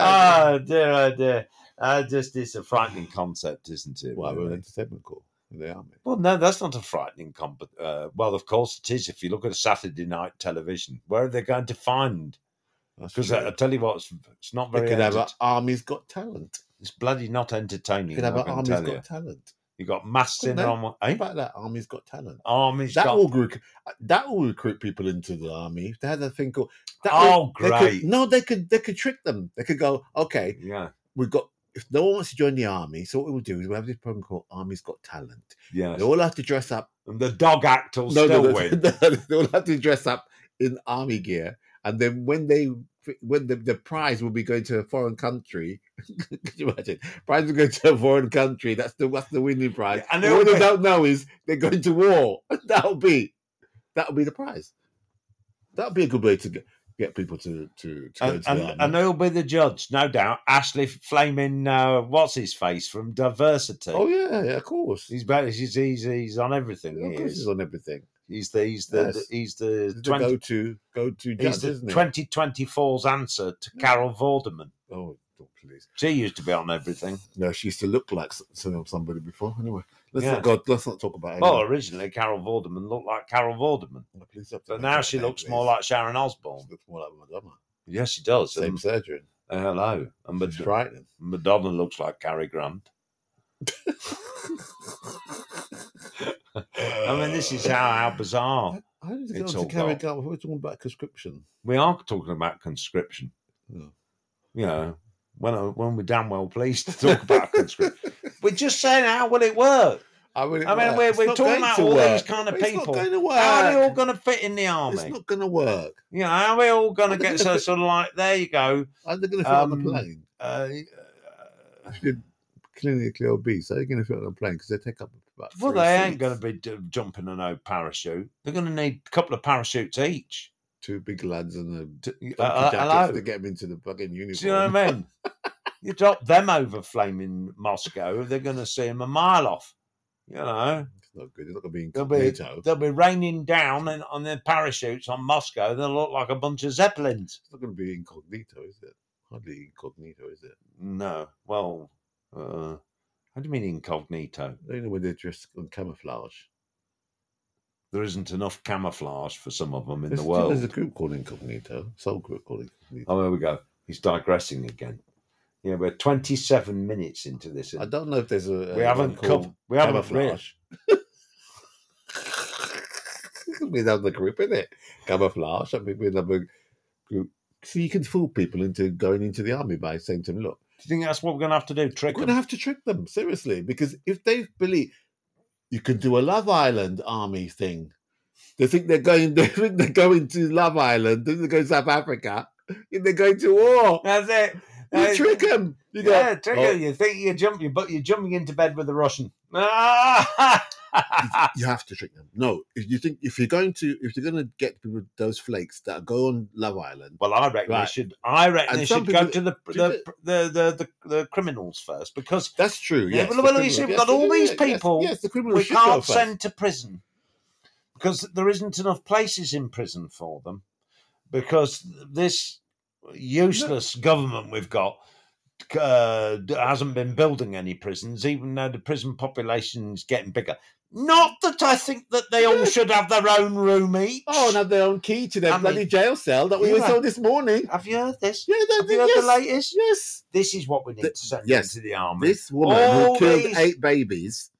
Speaker 1: Oh dear, oh dear. Uh, just it's a frightening concept, isn't it?
Speaker 2: Why were
Speaker 1: really?
Speaker 2: they entertainment corps in the army?
Speaker 1: Well, no, that's not a frightening comp. Uh, well, of course it is. If you look at Saturday night television, where are they going to find?
Speaker 2: That's
Speaker 1: Because
Speaker 2: true.
Speaker 1: I, I tell you what, it's, it's not
Speaker 2: they
Speaker 1: very.
Speaker 2: could have
Speaker 1: enter-
Speaker 2: an army's got talent.
Speaker 1: it's bloody not
Speaker 2: They
Speaker 1: entertaining.
Speaker 2: could have
Speaker 1: I
Speaker 2: an
Speaker 1: can
Speaker 2: army's
Speaker 1: tell
Speaker 2: got
Speaker 1: you.
Speaker 2: talent.
Speaker 1: You got mass
Speaker 2: Couldn't
Speaker 1: in
Speaker 2: they?
Speaker 1: on one. Eh?
Speaker 2: Think about that. Army's got talent.
Speaker 1: Army's
Speaker 2: That
Speaker 1: got.
Speaker 2: will recruit. That will recruit people into the army. They had a thing called. That will-
Speaker 1: oh,
Speaker 2: they could-
Speaker 1: great.
Speaker 2: no, they could. They could trick them. They could go. Okay,
Speaker 1: Yeah,
Speaker 2: we've got if no one wants to join the army, so what we'll do is we'll have this program called Army's Got Talent.
Speaker 1: yeah.
Speaker 2: They all have to dress up.
Speaker 1: And the dog act will
Speaker 2: No,
Speaker 1: still
Speaker 2: no, no,
Speaker 1: win.
Speaker 2: no, they all have to dress up in army gear, and then when they when the, the prize will be going to a foreign country. Could you imagine? Prize will go to a foreign country. That's the that's the winning prize.
Speaker 1: Yeah, and
Speaker 2: and
Speaker 1: they'll
Speaker 2: all they
Speaker 1: win.
Speaker 2: don't know is they're going to war. That'll be that'll be the prize. That'll be a good way to get, get people to to, to go
Speaker 1: And,
Speaker 2: to the
Speaker 1: and,
Speaker 2: army.
Speaker 1: and who'll be the judge? No doubt. Ashley Flaming, uh, what's his face from Diversity.
Speaker 2: oh yeah, yeah, of course.
Speaker 1: He's, ba- he's, he's, he's on everything.
Speaker 2: of
Speaker 1: he
Speaker 2: course,
Speaker 1: is.
Speaker 2: he's on everything.
Speaker 1: He's the he's the,
Speaker 2: Yes.
Speaker 1: he's the,
Speaker 2: the
Speaker 1: 20,
Speaker 2: go-to go-to judge,
Speaker 1: he's the
Speaker 2: isn't it? Hmm.
Speaker 1: 2024's answer to Carol Vorderman.
Speaker 2: Oh, don't please.
Speaker 1: She used to be on everything.
Speaker 2: No, she used to look like s- some- somebody before. Anyway, let's
Speaker 1: Yeah. Oh,
Speaker 2: not go. Let's not talk about.
Speaker 1: Well,
Speaker 2: anyone.
Speaker 1: originally Carol Vorderman looked like Carol Vorderman,
Speaker 2: No, please don't
Speaker 1: but
Speaker 2: mention
Speaker 1: now
Speaker 2: her
Speaker 1: she
Speaker 2: name,
Speaker 1: looks more
Speaker 2: please.
Speaker 1: like Sharon
Speaker 2: She
Speaker 1: Osbourne.
Speaker 2: looks more like Madonna. Mm.
Speaker 1: Yes, she does.
Speaker 2: Same
Speaker 1: And-
Speaker 2: surgeon.
Speaker 1: uh, hello, and
Speaker 2: It's
Speaker 1: Mad-
Speaker 2: frightening.
Speaker 1: Madonna looks like Cary Grant. I mean, this is how,
Speaker 2: Uh,
Speaker 1: how bizarre
Speaker 2: How did it
Speaker 1: it's
Speaker 2: go
Speaker 1: all
Speaker 2: on to carry
Speaker 1: got-
Speaker 2: Grant? We're talking about conscription.
Speaker 1: we are talking about conscription.
Speaker 2: Yeah.
Speaker 1: You know, when I, when we're damn well pleased to talk about conscription, we're just saying how will it work.
Speaker 2: I mean, it
Speaker 1: I mean,
Speaker 2: works.
Speaker 1: we're-
Speaker 2: It's
Speaker 1: we're
Speaker 2: not
Speaker 1: talking
Speaker 2: going
Speaker 1: about
Speaker 2: to
Speaker 1: all these
Speaker 2: work.
Speaker 1: kind of
Speaker 2: But It's
Speaker 1: people.
Speaker 2: not going to work.
Speaker 1: How are they all going to fit in the army?
Speaker 2: It's not going to work.
Speaker 1: you know, how are we all going to
Speaker 2: How
Speaker 1: get
Speaker 2: they gonna
Speaker 1: so
Speaker 2: fit-
Speaker 1: sort of like, there you go.
Speaker 2: How are they going to fit on
Speaker 1: Um,
Speaker 2: the plane?
Speaker 1: Uh,
Speaker 2: Clinically obese. How are they going to fit on a plane? Because they take up about.
Speaker 1: well,
Speaker 2: three
Speaker 1: they ain't
Speaker 2: seats.
Speaker 1: going to be d- jumping on no parachute. They're going to need a couple of parachutes each.
Speaker 2: two big lads and
Speaker 1: To, uh,
Speaker 2: a donkey
Speaker 1: uh,
Speaker 2: jackets
Speaker 1: hello.
Speaker 2: to get him into the fucking uniform.
Speaker 1: Do you know what I mean? you drop them over flaming Moscow, they're going to see them a mile off. You know,
Speaker 2: It's not good. It's not going to be
Speaker 1: they'll be,
Speaker 2: incognito.
Speaker 1: they'll be raining down and, on their parachutes on Moscow. They'll look like a bunch of zeppelins.
Speaker 2: It's not going to be incognito, is it? Hardly incognito, is it?
Speaker 1: No. Well, uh, how do you mean incognito?
Speaker 2: Only when they're dressed in camouflage.
Speaker 1: There isn't enough camouflage for some of them in
Speaker 2: There's-
Speaker 1: the
Speaker 2: do you know There's a
Speaker 1: world.
Speaker 2: group called Incognito, soul group called Incognito.
Speaker 1: Oh, there we go. He's digressing again. Yeah, we're 27 minutes into this.
Speaker 2: I don't know if there's a.
Speaker 1: we haven't
Speaker 2: called
Speaker 1: cov- we haven't reached.
Speaker 2: camouflage. It could be another group, isn't it? Camouflage. That could be another group. See, you can fool people into going into the army by saying to them, "Look,
Speaker 1: Do you think that's what we're going to have to do? Trick
Speaker 2: We're
Speaker 1: 'em?
Speaker 2: going to have to trick them seriously because if they believe you can do a Love Island army thing, they think they're going. They think they're going to Love Island. They think they're going to South Africa. They think They're going to war.
Speaker 1: That's it.
Speaker 2: You
Speaker 1: Uh,
Speaker 2: trick him. You go,
Speaker 1: yeah, Trigger,
Speaker 2: "Oh,
Speaker 1: you think you jump, you but you're jumping into bed with a Russian. Ah!
Speaker 2: you have to trick them. No, if you think if you're going to if you're going to get people those flakes that go on Love Island,
Speaker 1: well, I reckon they
Speaker 2: Right.
Speaker 1: should. I reckon
Speaker 2: And
Speaker 1: they
Speaker 2: some
Speaker 1: should go
Speaker 2: people-
Speaker 1: to the the, the the the the criminals first because
Speaker 2: that's true.
Speaker 1: Yeah,
Speaker 2: yes,
Speaker 1: well,
Speaker 2: the
Speaker 1: well, you
Speaker 2: criminals-
Speaker 1: see, we've
Speaker 2: yes,
Speaker 1: got all
Speaker 2: yeah,
Speaker 1: these
Speaker 2: yeah, yes,
Speaker 1: people.
Speaker 2: Yes, the criminals
Speaker 1: we
Speaker 2: should go
Speaker 1: can't
Speaker 2: first.
Speaker 1: send to prison because there isn't enough places in prison for them because this useless government we've got uh, hasn't been building any prisons, even though the prison population is getting bigger. Not that I think that they all should have their own room each.
Speaker 2: Oh, and have their own key to their
Speaker 1: I mean-
Speaker 2: bloody jail cell that we
Speaker 1: Yeah.
Speaker 2: were told this morning.
Speaker 1: have you heard this?
Speaker 2: Yeah, that,
Speaker 1: Have you heard
Speaker 2: yes,
Speaker 1: the latest?
Speaker 2: yes.
Speaker 1: This is what we need
Speaker 2: Th-
Speaker 1: to send
Speaker 2: yes.
Speaker 1: into the army.
Speaker 2: This woman
Speaker 1: All
Speaker 2: who killed
Speaker 1: these-
Speaker 2: eight babies.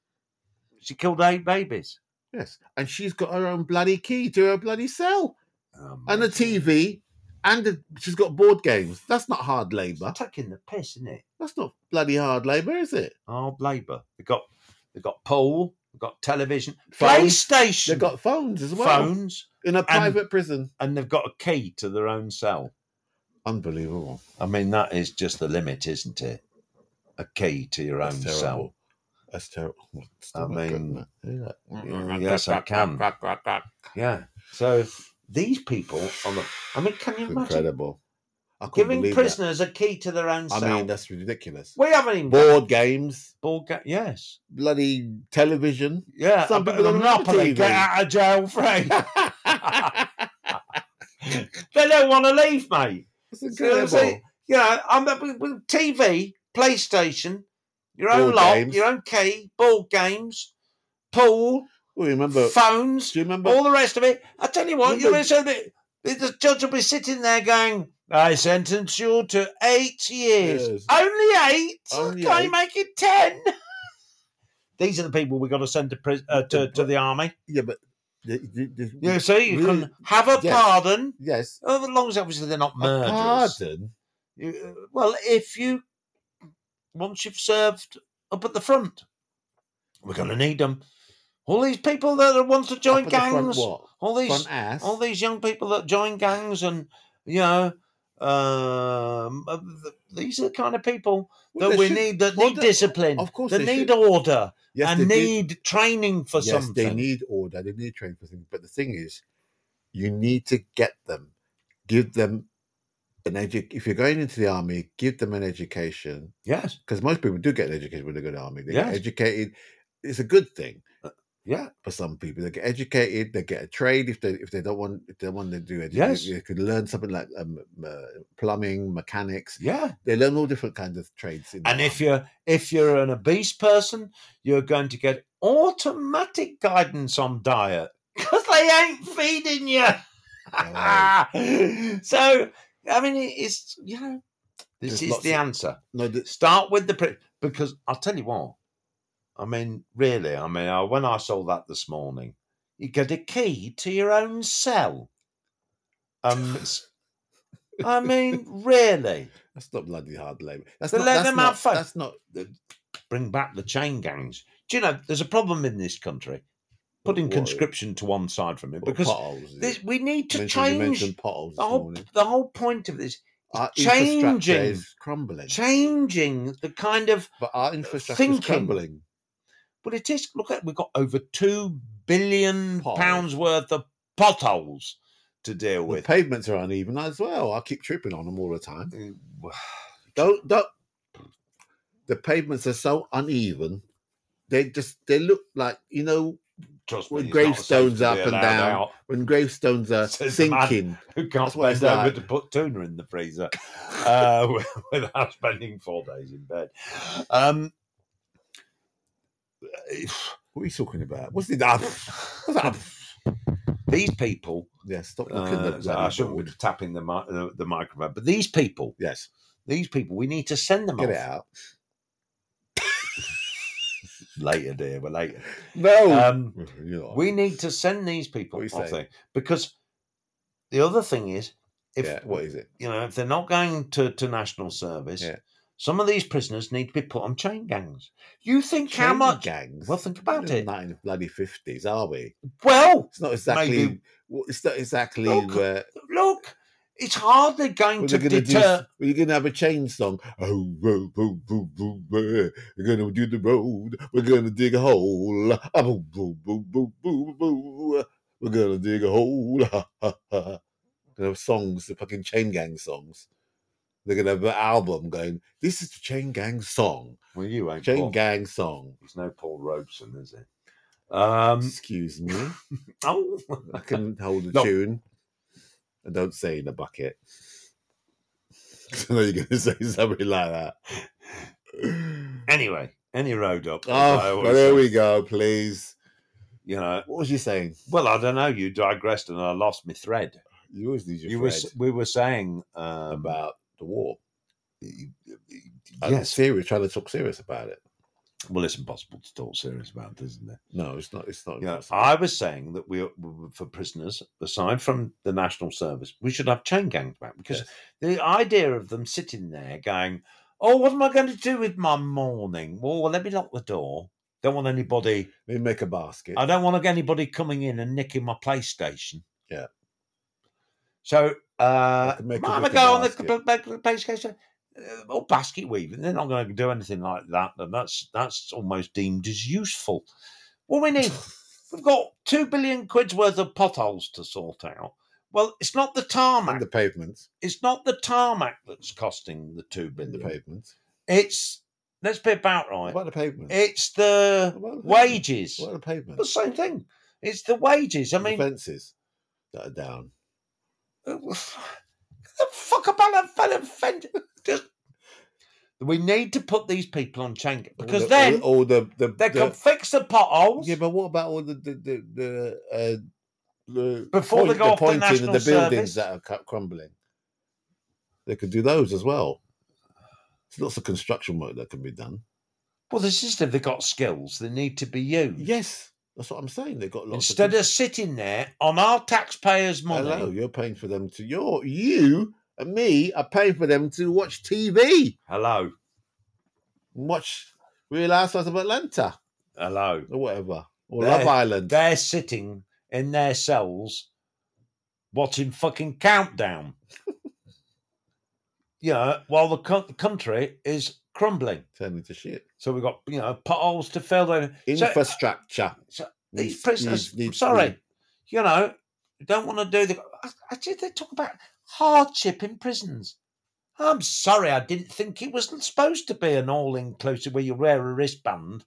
Speaker 1: She killed eight babies.
Speaker 2: Yes, and she's got her own bloody key to her bloody cell and a
Speaker 1: Amazing.
Speaker 2: TV, and a, she's got board games. That's not hard labour.
Speaker 1: Taking the piss, isn't it?
Speaker 2: That's not bloody hard labour, is it?
Speaker 1: Hard Oh, labour. They've got they've got pool, they've got television,
Speaker 2: Phones.
Speaker 1: PlayStation,
Speaker 2: They've got phones as well
Speaker 1: phones,
Speaker 2: in a private prison.
Speaker 1: and they've got a key to their own cell.
Speaker 2: Unbelievable.
Speaker 1: I mean, that is just the limit, isn't it? A key to your own
Speaker 2: That's
Speaker 1: cell.
Speaker 2: terrible. That's terrible.
Speaker 1: I mean, mm,
Speaker 2: mean,
Speaker 1: yes, I can. yeah. So these people on the. I mean, can you imagine
Speaker 2: Incredible. I couldn't
Speaker 1: giving
Speaker 2: believe
Speaker 1: prisoners a key to their own
Speaker 2: That.
Speaker 1: cell?
Speaker 2: I mean, that's ridiculous.
Speaker 1: we haven't even got
Speaker 2: Board games,
Speaker 1: ball ga- Yes.
Speaker 2: bloody television.
Speaker 1: Yeah.
Speaker 2: Some
Speaker 1: a bit
Speaker 2: people
Speaker 1: of
Speaker 2: don't have a
Speaker 1: monopoly.
Speaker 2: TV.
Speaker 1: Get out of jail free. they don't want to leave, mate.
Speaker 2: It's
Speaker 1: See what I'm
Speaker 2: incredible.
Speaker 1: saying? You know, I'm up with, with TV, PlayStation, your own
Speaker 2: Board
Speaker 1: lot,
Speaker 2: games.
Speaker 1: your own key, board games, pool,
Speaker 2: Well, you remember?
Speaker 1: phones,
Speaker 2: Do you remember?
Speaker 1: all the rest of it. I tell you what, you're
Speaker 2: Remember-
Speaker 1: listen, the, the judge will be sitting there going, "I sentence you to eight years.
Speaker 2: Yes.
Speaker 1: Only eight?
Speaker 2: Only
Speaker 1: Can you
Speaker 2: eight.
Speaker 1: make it ten? These are the people we got to send to, pris- uh, to to the army.
Speaker 2: yeah, but the, the, the-
Speaker 1: You see, you
Speaker 2: Really?
Speaker 1: can have a
Speaker 2: Yes.
Speaker 1: pardon,
Speaker 2: yes,
Speaker 1: as long as obviously they're not
Speaker 2: a
Speaker 1: murderers.
Speaker 2: pardon.
Speaker 1: You, well, if you once you've served up at the front, we're going to need them. All these people that want to join
Speaker 2: Up at the front
Speaker 1: gangs,
Speaker 2: what?
Speaker 1: all these,
Speaker 2: Front ass.
Speaker 1: all these young people that join gangs, and you know, um, uh, th- these are the kind of people
Speaker 2: Well,
Speaker 1: that
Speaker 2: they
Speaker 1: we
Speaker 2: should-
Speaker 1: need that
Speaker 2: well,
Speaker 1: need
Speaker 2: they-
Speaker 1: discipline,
Speaker 2: Of course,
Speaker 1: that
Speaker 2: they
Speaker 1: need
Speaker 2: should.
Speaker 1: order,
Speaker 2: Yes,
Speaker 1: and
Speaker 2: they do.
Speaker 1: need training for
Speaker 2: yes,
Speaker 1: something.
Speaker 2: they need order. They need training for things. But the thing is, you need to get them, give them an edu- If you're going into the army, give them an education
Speaker 1: yes,
Speaker 2: because most people do get an education when they go to the army. They
Speaker 1: Yes.
Speaker 2: get educated. It's a good thing
Speaker 1: Uh, yeah,
Speaker 2: for some people. They get educated. They get a trade if they if they don't want if they want to do education.
Speaker 1: Yes.
Speaker 2: They could learn something like um, uh, plumbing, mechanics.
Speaker 1: yeah.
Speaker 2: They learn all different kinds of trades. In the
Speaker 1: And if
Speaker 2: army.
Speaker 1: you're if you're an obese person, you're going to get automatic guidance on diet because they ain't feeding you. so I mean, it- it's you know, this
Speaker 2: There's
Speaker 1: is
Speaker 2: lots
Speaker 1: the
Speaker 2: of-
Speaker 1: answer.
Speaker 2: no, th-
Speaker 1: Start with the pre- because I'll tell you what. I mean, really, I mean, I, when I saw that this morning, you get a key to your own cell. Um, it's- I mean, really.
Speaker 2: that's not bloody hard labour. That's
Speaker 1: So
Speaker 2: not,
Speaker 1: let
Speaker 2: that's
Speaker 1: them
Speaker 2: not,
Speaker 1: have fun.
Speaker 2: That's not
Speaker 1: bring back the chain gangs. Do you know there's a problem in this country? Putting
Speaker 2: What-
Speaker 1: conscription to one side from it because
Speaker 2: potholes,
Speaker 1: this, we need to
Speaker 2: mentioned- you
Speaker 1: change
Speaker 2: mentioned potholes
Speaker 1: the
Speaker 2: this
Speaker 1: whole
Speaker 2: morning.
Speaker 1: the whole point of this,
Speaker 2: Our
Speaker 1: changing-
Speaker 2: infrastructure is crumbling,
Speaker 1: changing the kind of
Speaker 2: but our infrastructure
Speaker 1: thinking.
Speaker 2: is crumbling.
Speaker 1: well, it is. Look at we've got over two billion
Speaker 2: Potholes.
Speaker 1: pounds worth of potholes to deal
Speaker 2: The
Speaker 1: with.
Speaker 2: pavements are uneven as well. I keep tripping on them all the time.
Speaker 1: Uh, well,
Speaker 2: Don't don't. The pavements are so uneven. They just they look like you know
Speaker 1: Trust me,
Speaker 2: With
Speaker 1: it's not
Speaker 2: gravestones
Speaker 1: safe to
Speaker 2: up
Speaker 1: be
Speaker 2: and
Speaker 1: allowed
Speaker 2: down.
Speaker 1: out.
Speaker 2: when gravestones are
Speaker 1: Says the man.
Speaker 2: sinking.
Speaker 1: Who can't
Speaker 2: That's
Speaker 1: spend
Speaker 2: what it's
Speaker 1: over
Speaker 2: like.
Speaker 1: to put tuna in the freezer uh, with- without spending four days in bed? Um,
Speaker 2: What are you talking about? What's it up? What's that?
Speaker 1: these people.
Speaker 2: Yeah, stop looking
Speaker 1: Uh,
Speaker 2: at
Speaker 1: so
Speaker 2: that.
Speaker 1: I shouldn't be tapping the, mi- the the microphone, but these people,
Speaker 2: Yes,
Speaker 1: these people, we need to send them
Speaker 2: get
Speaker 1: off
Speaker 2: it out.
Speaker 1: later, dear. We're later.
Speaker 2: No,
Speaker 1: Um,
Speaker 2: You're not.
Speaker 1: we need to send these people
Speaker 2: What are you
Speaker 1: off
Speaker 2: saying?
Speaker 1: there because the other thing is, if
Speaker 2: yeah, what is it?
Speaker 1: you know, if they're not going to, to national service,
Speaker 2: Yeah.
Speaker 1: some of these prisoners need to be put on chain gangs. You think how
Speaker 2: Chain
Speaker 1: much?
Speaker 2: gangs?
Speaker 1: Well, think about
Speaker 2: We're
Speaker 1: it.
Speaker 2: Not in the bloody fifties, are we?
Speaker 1: Well,
Speaker 2: It's not exactly.
Speaker 1: Maybe-
Speaker 2: well, It's not exactly uh,
Speaker 1: Look.
Speaker 2: where
Speaker 1: look, It's hardly going
Speaker 2: Well,
Speaker 1: to
Speaker 2: they're gonna do,
Speaker 1: deter.
Speaker 2: well, you're going to have a chain song. Oh, row, row, row, row, row. We're going to do the road. We're going to dig a hole. Ah, boo, boo, boo, boo, boo, boo. We're going to dig a hole. Ha, ha, ha. Gonna have songs, the fucking chain gang songs. They're going to have an album going, this is the chain gang song.
Speaker 1: Well, you ain't.
Speaker 2: Chain
Speaker 1: Paul.
Speaker 2: gang song.
Speaker 1: There's no Paul Robeson, is it? Um,
Speaker 2: Excuse me.
Speaker 1: oh,
Speaker 2: I can hold a
Speaker 1: No.
Speaker 2: tune. I don't say in a bucket. I know you're going to say something like that.
Speaker 1: anyway, any road up. as I
Speaker 2: Oh,
Speaker 1: always
Speaker 2: well, there
Speaker 1: say.
Speaker 2: we go, please.
Speaker 1: uh, You know,
Speaker 2: What was you saying?
Speaker 1: well, I don't know. You digressed and I lost my thread.
Speaker 2: You always lose your
Speaker 1: you were,
Speaker 2: thread
Speaker 1: s- we were saying um,
Speaker 2: about the war. I'm
Speaker 1: yes.
Speaker 2: serious, trying to talk serious about it.
Speaker 1: Well, it's impossible to talk serious about, isn't it?
Speaker 2: No, it's not. It's not.
Speaker 1: Yeah,
Speaker 2: it's not-
Speaker 1: I was saying that we, for prisoners, aside from the national service, we should have chain gangs back because
Speaker 2: Yes.
Speaker 1: the idea of them sitting there going, "Oh, what am I going to do with my morning?" Well, let me lock the door. Don't want anybody.
Speaker 2: They make a basket.
Speaker 1: I don't want anybody coming in and nicking my PlayStation.
Speaker 2: Yeah.
Speaker 1: So, uh,
Speaker 2: They can make a
Speaker 1: I'm
Speaker 2: wicker
Speaker 1: going on the
Speaker 2: basket.
Speaker 1: compl- make the PlayStation. Uh, or basket weaving. They're not going to do anything like that, and that's that's almost deemed as useful. What we need, we've got two billion quid's worth of potholes to sort out. Well, it's not the tarmac.
Speaker 2: and the pavements.
Speaker 1: it's not the tarmac that's costing the two
Speaker 2: In the
Speaker 1: billion.
Speaker 2: pavements.
Speaker 1: It's let's be about
Speaker 2: What
Speaker 1: right.
Speaker 2: about the pavements?
Speaker 1: It's the
Speaker 2: What about the pavements?
Speaker 1: wages.
Speaker 2: What about the
Speaker 1: The
Speaker 2: pavements?
Speaker 1: same thing. It's the wages. I
Speaker 2: And the
Speaker 1: mean,
Speaker 2: fences that are down.
Speaker 1: the fuck about a fellow fender. Just we need to put these people on chain
Speaker 2: All
Speaker 1: because
Speaker 2: the-
Speaker 1: then
Speaker 2: all, all the the,
Speaker 1: they
Speaker 2: the-
Speaker 1: can fix the potholes.
Speaker 2: yeah, but what about all the the the, the, uh, the
Speaker 1: Before they go off the National
Speaker 2: and the
Speaker 1: Service?
Speaker 2: buildings that are cu- crumbling? They could do those as well. There's lots of construction work that can be done.
Speaker 1: well, the system they've got skills that need to be used.
Speaker 2: Yes, that's what I'm saying. They've got lots
Speaker 1: Instead
Speaker 2: of,
Speaker 1: of sitting there on our taxpayers' money,
Speaker 2: hello. You're paying for them to your you and me are paying for them to watch TV,
Speaker 1: hello,
Speaker 2: and watch Real Housewives of Atlanta
Speaker 1: hello,
Speaker 2: or whatever, or
Speaker 1: They-
Speaker 2: Love Island.
Speaker 1: they're sitting in their cells watching fucking countdown. you know, while the co- country is crumbling.
Speaker 2: Turn into shit.
Speaker 1: So we've got you know potholes to fill. There, so
Speaker 2: Infrastructure.
Speaker 1: so
Speaker 2: Needs-
Speaker 1: these prisoners.
Speaker 2: needs- needs-
Speaker 1: I'm sorry, you know, don't want to do the. Actually, they talk about hardship in prisons. I'm sorry, I didn't think it wasn't supposed to be an all-inclusive where you wear a wristband.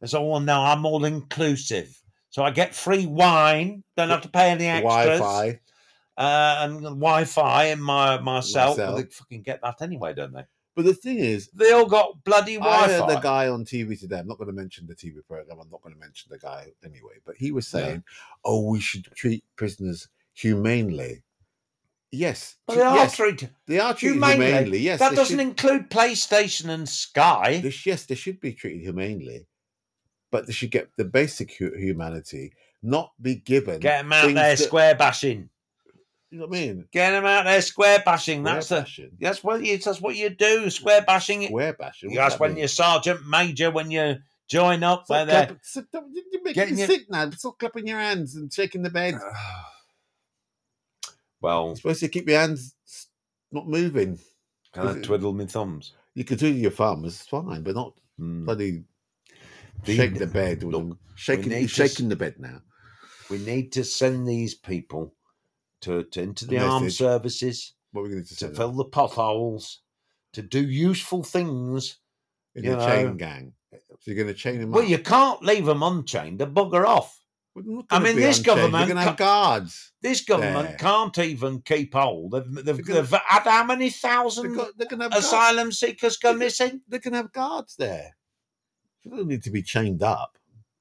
Speaker 1: And so, well, no, I'm all-inclusive, so I get free wine, don't have to pay any extras,
Speaker 2: Wi-Fi.
Speaker 1: uh, and Wi-Fi in my myself. Well,
Speaker 2: Myself.
Speaker 1: they fucking get that anyway, don't they?
Speaker 2: But the thing is,
Speaker 1: They all got bloody
Speaker 2: I
Speaker 1: Wi-Fi.
Speaker 2: heard the guy on TV today. I'm not going to mention the TV program. I'm not going to mention the guy anyway. But he was
Speaker 1: Yeah.
Speaker 2: saying, "Oh, we should treat prisoners humanely." Yes,
Speaker 1: But
Speaker 2: tr-
Speaker 1: they are
Speaker 2: yes,
Speaker 1: treated-
Speaker 2: they are treated
Speaker 1: Humanely.
Speaker 2: humanely. Yes,
Speaker 1: that
Speaker 2: they
Speaker 1: doesn't
Speaker 2: should,
Speaker 1: include PlayStation and Sky.
Speaker 2: they sh- yes, they should be treated humanely, but they should get the basic hu- humanity, not be given.
Speaker 1: Get them out
Speaker 2: things
Speaker 1: there
Speaker 2: that-
Speaker 1: square bashing.
Speaker 2: you know what I mean?
Speaker 1: Get them out there square bashing. that's
Speaker 2: Square
Speaker 1: the
Speaker 2: bashing.
Speaker 1: that's what you that's what you do. Square bashing.
Speaker 2: Square bashing.
Speaker 1: that's when you're sergeant major when you join up where
Speaker 2: Stop
Speaker 1: they're
Speaker 2: clapping, sit, down, you- you're making
Speaker 1: Getting
Speaker 2: me
Speaker 1: your-
Speaker 2: sick now. Stop clapping your hands and shaking the bed. You're
Speaker 1: well,
Speaker 2: supposed to keep your hands s- not moving.
Speaker 1: can I
Speaker 2: Is it-
Speaker 1: twiddle my thumbs?
Speaker 2: You could do your thumbs, it's fine, but not
Speaker 1: Hmm.
Speaker 2: bloody
Speaker 1: The-
Speaker 2: shake the bed. or
Speaker 1: look,
Speaker 2: shaking,
Speaker 1: need
Speaker 2: you're
Speaker 1: to s-
Speaker 2: shaking the bed now.
Speaker 1: We need to send these people to, to into the
Speaker 2: A
Speaker 1: armed
Speaker 2: message.
Speaker 1: services
Speaker 2: What are we going to
Speaker 1: to
Speaker 2: say?
Speaker 1: fill the potholes, to do useful things.
Speaker 2: In
Speaker 1: you
Speaker 2: a chain
Speaker 1: know. eh,
Speaker 2: gang. So you're going to chain them
Speaker 1: Well,
Speaker 2: up.
Speaker 1: you can't leave them unchained. They bugger off.
Speaker 2: Well, they're not
Speaker 1: I
Speaker 2: gonna
Speaker 1: mean,
Speaker 2: be
Speaker 1: this
Speaker 2: unchained.
Speaker 1: government
Speaker 2: You're going to have guards.
Speaker 1: This government
Speaker 2: There.
Speaker 1: can't even keep hold. They've, they've,
Speaker 2: gonna-
Speaker 1: they've had how many
Speaker 2: They've
Speaker 1: thousand
Speaker 2: got- They're going to have guards.
Speaker 1: asylum seekers go missing?
Speaker 2: They're going to have guards there. They don't need to be chained up.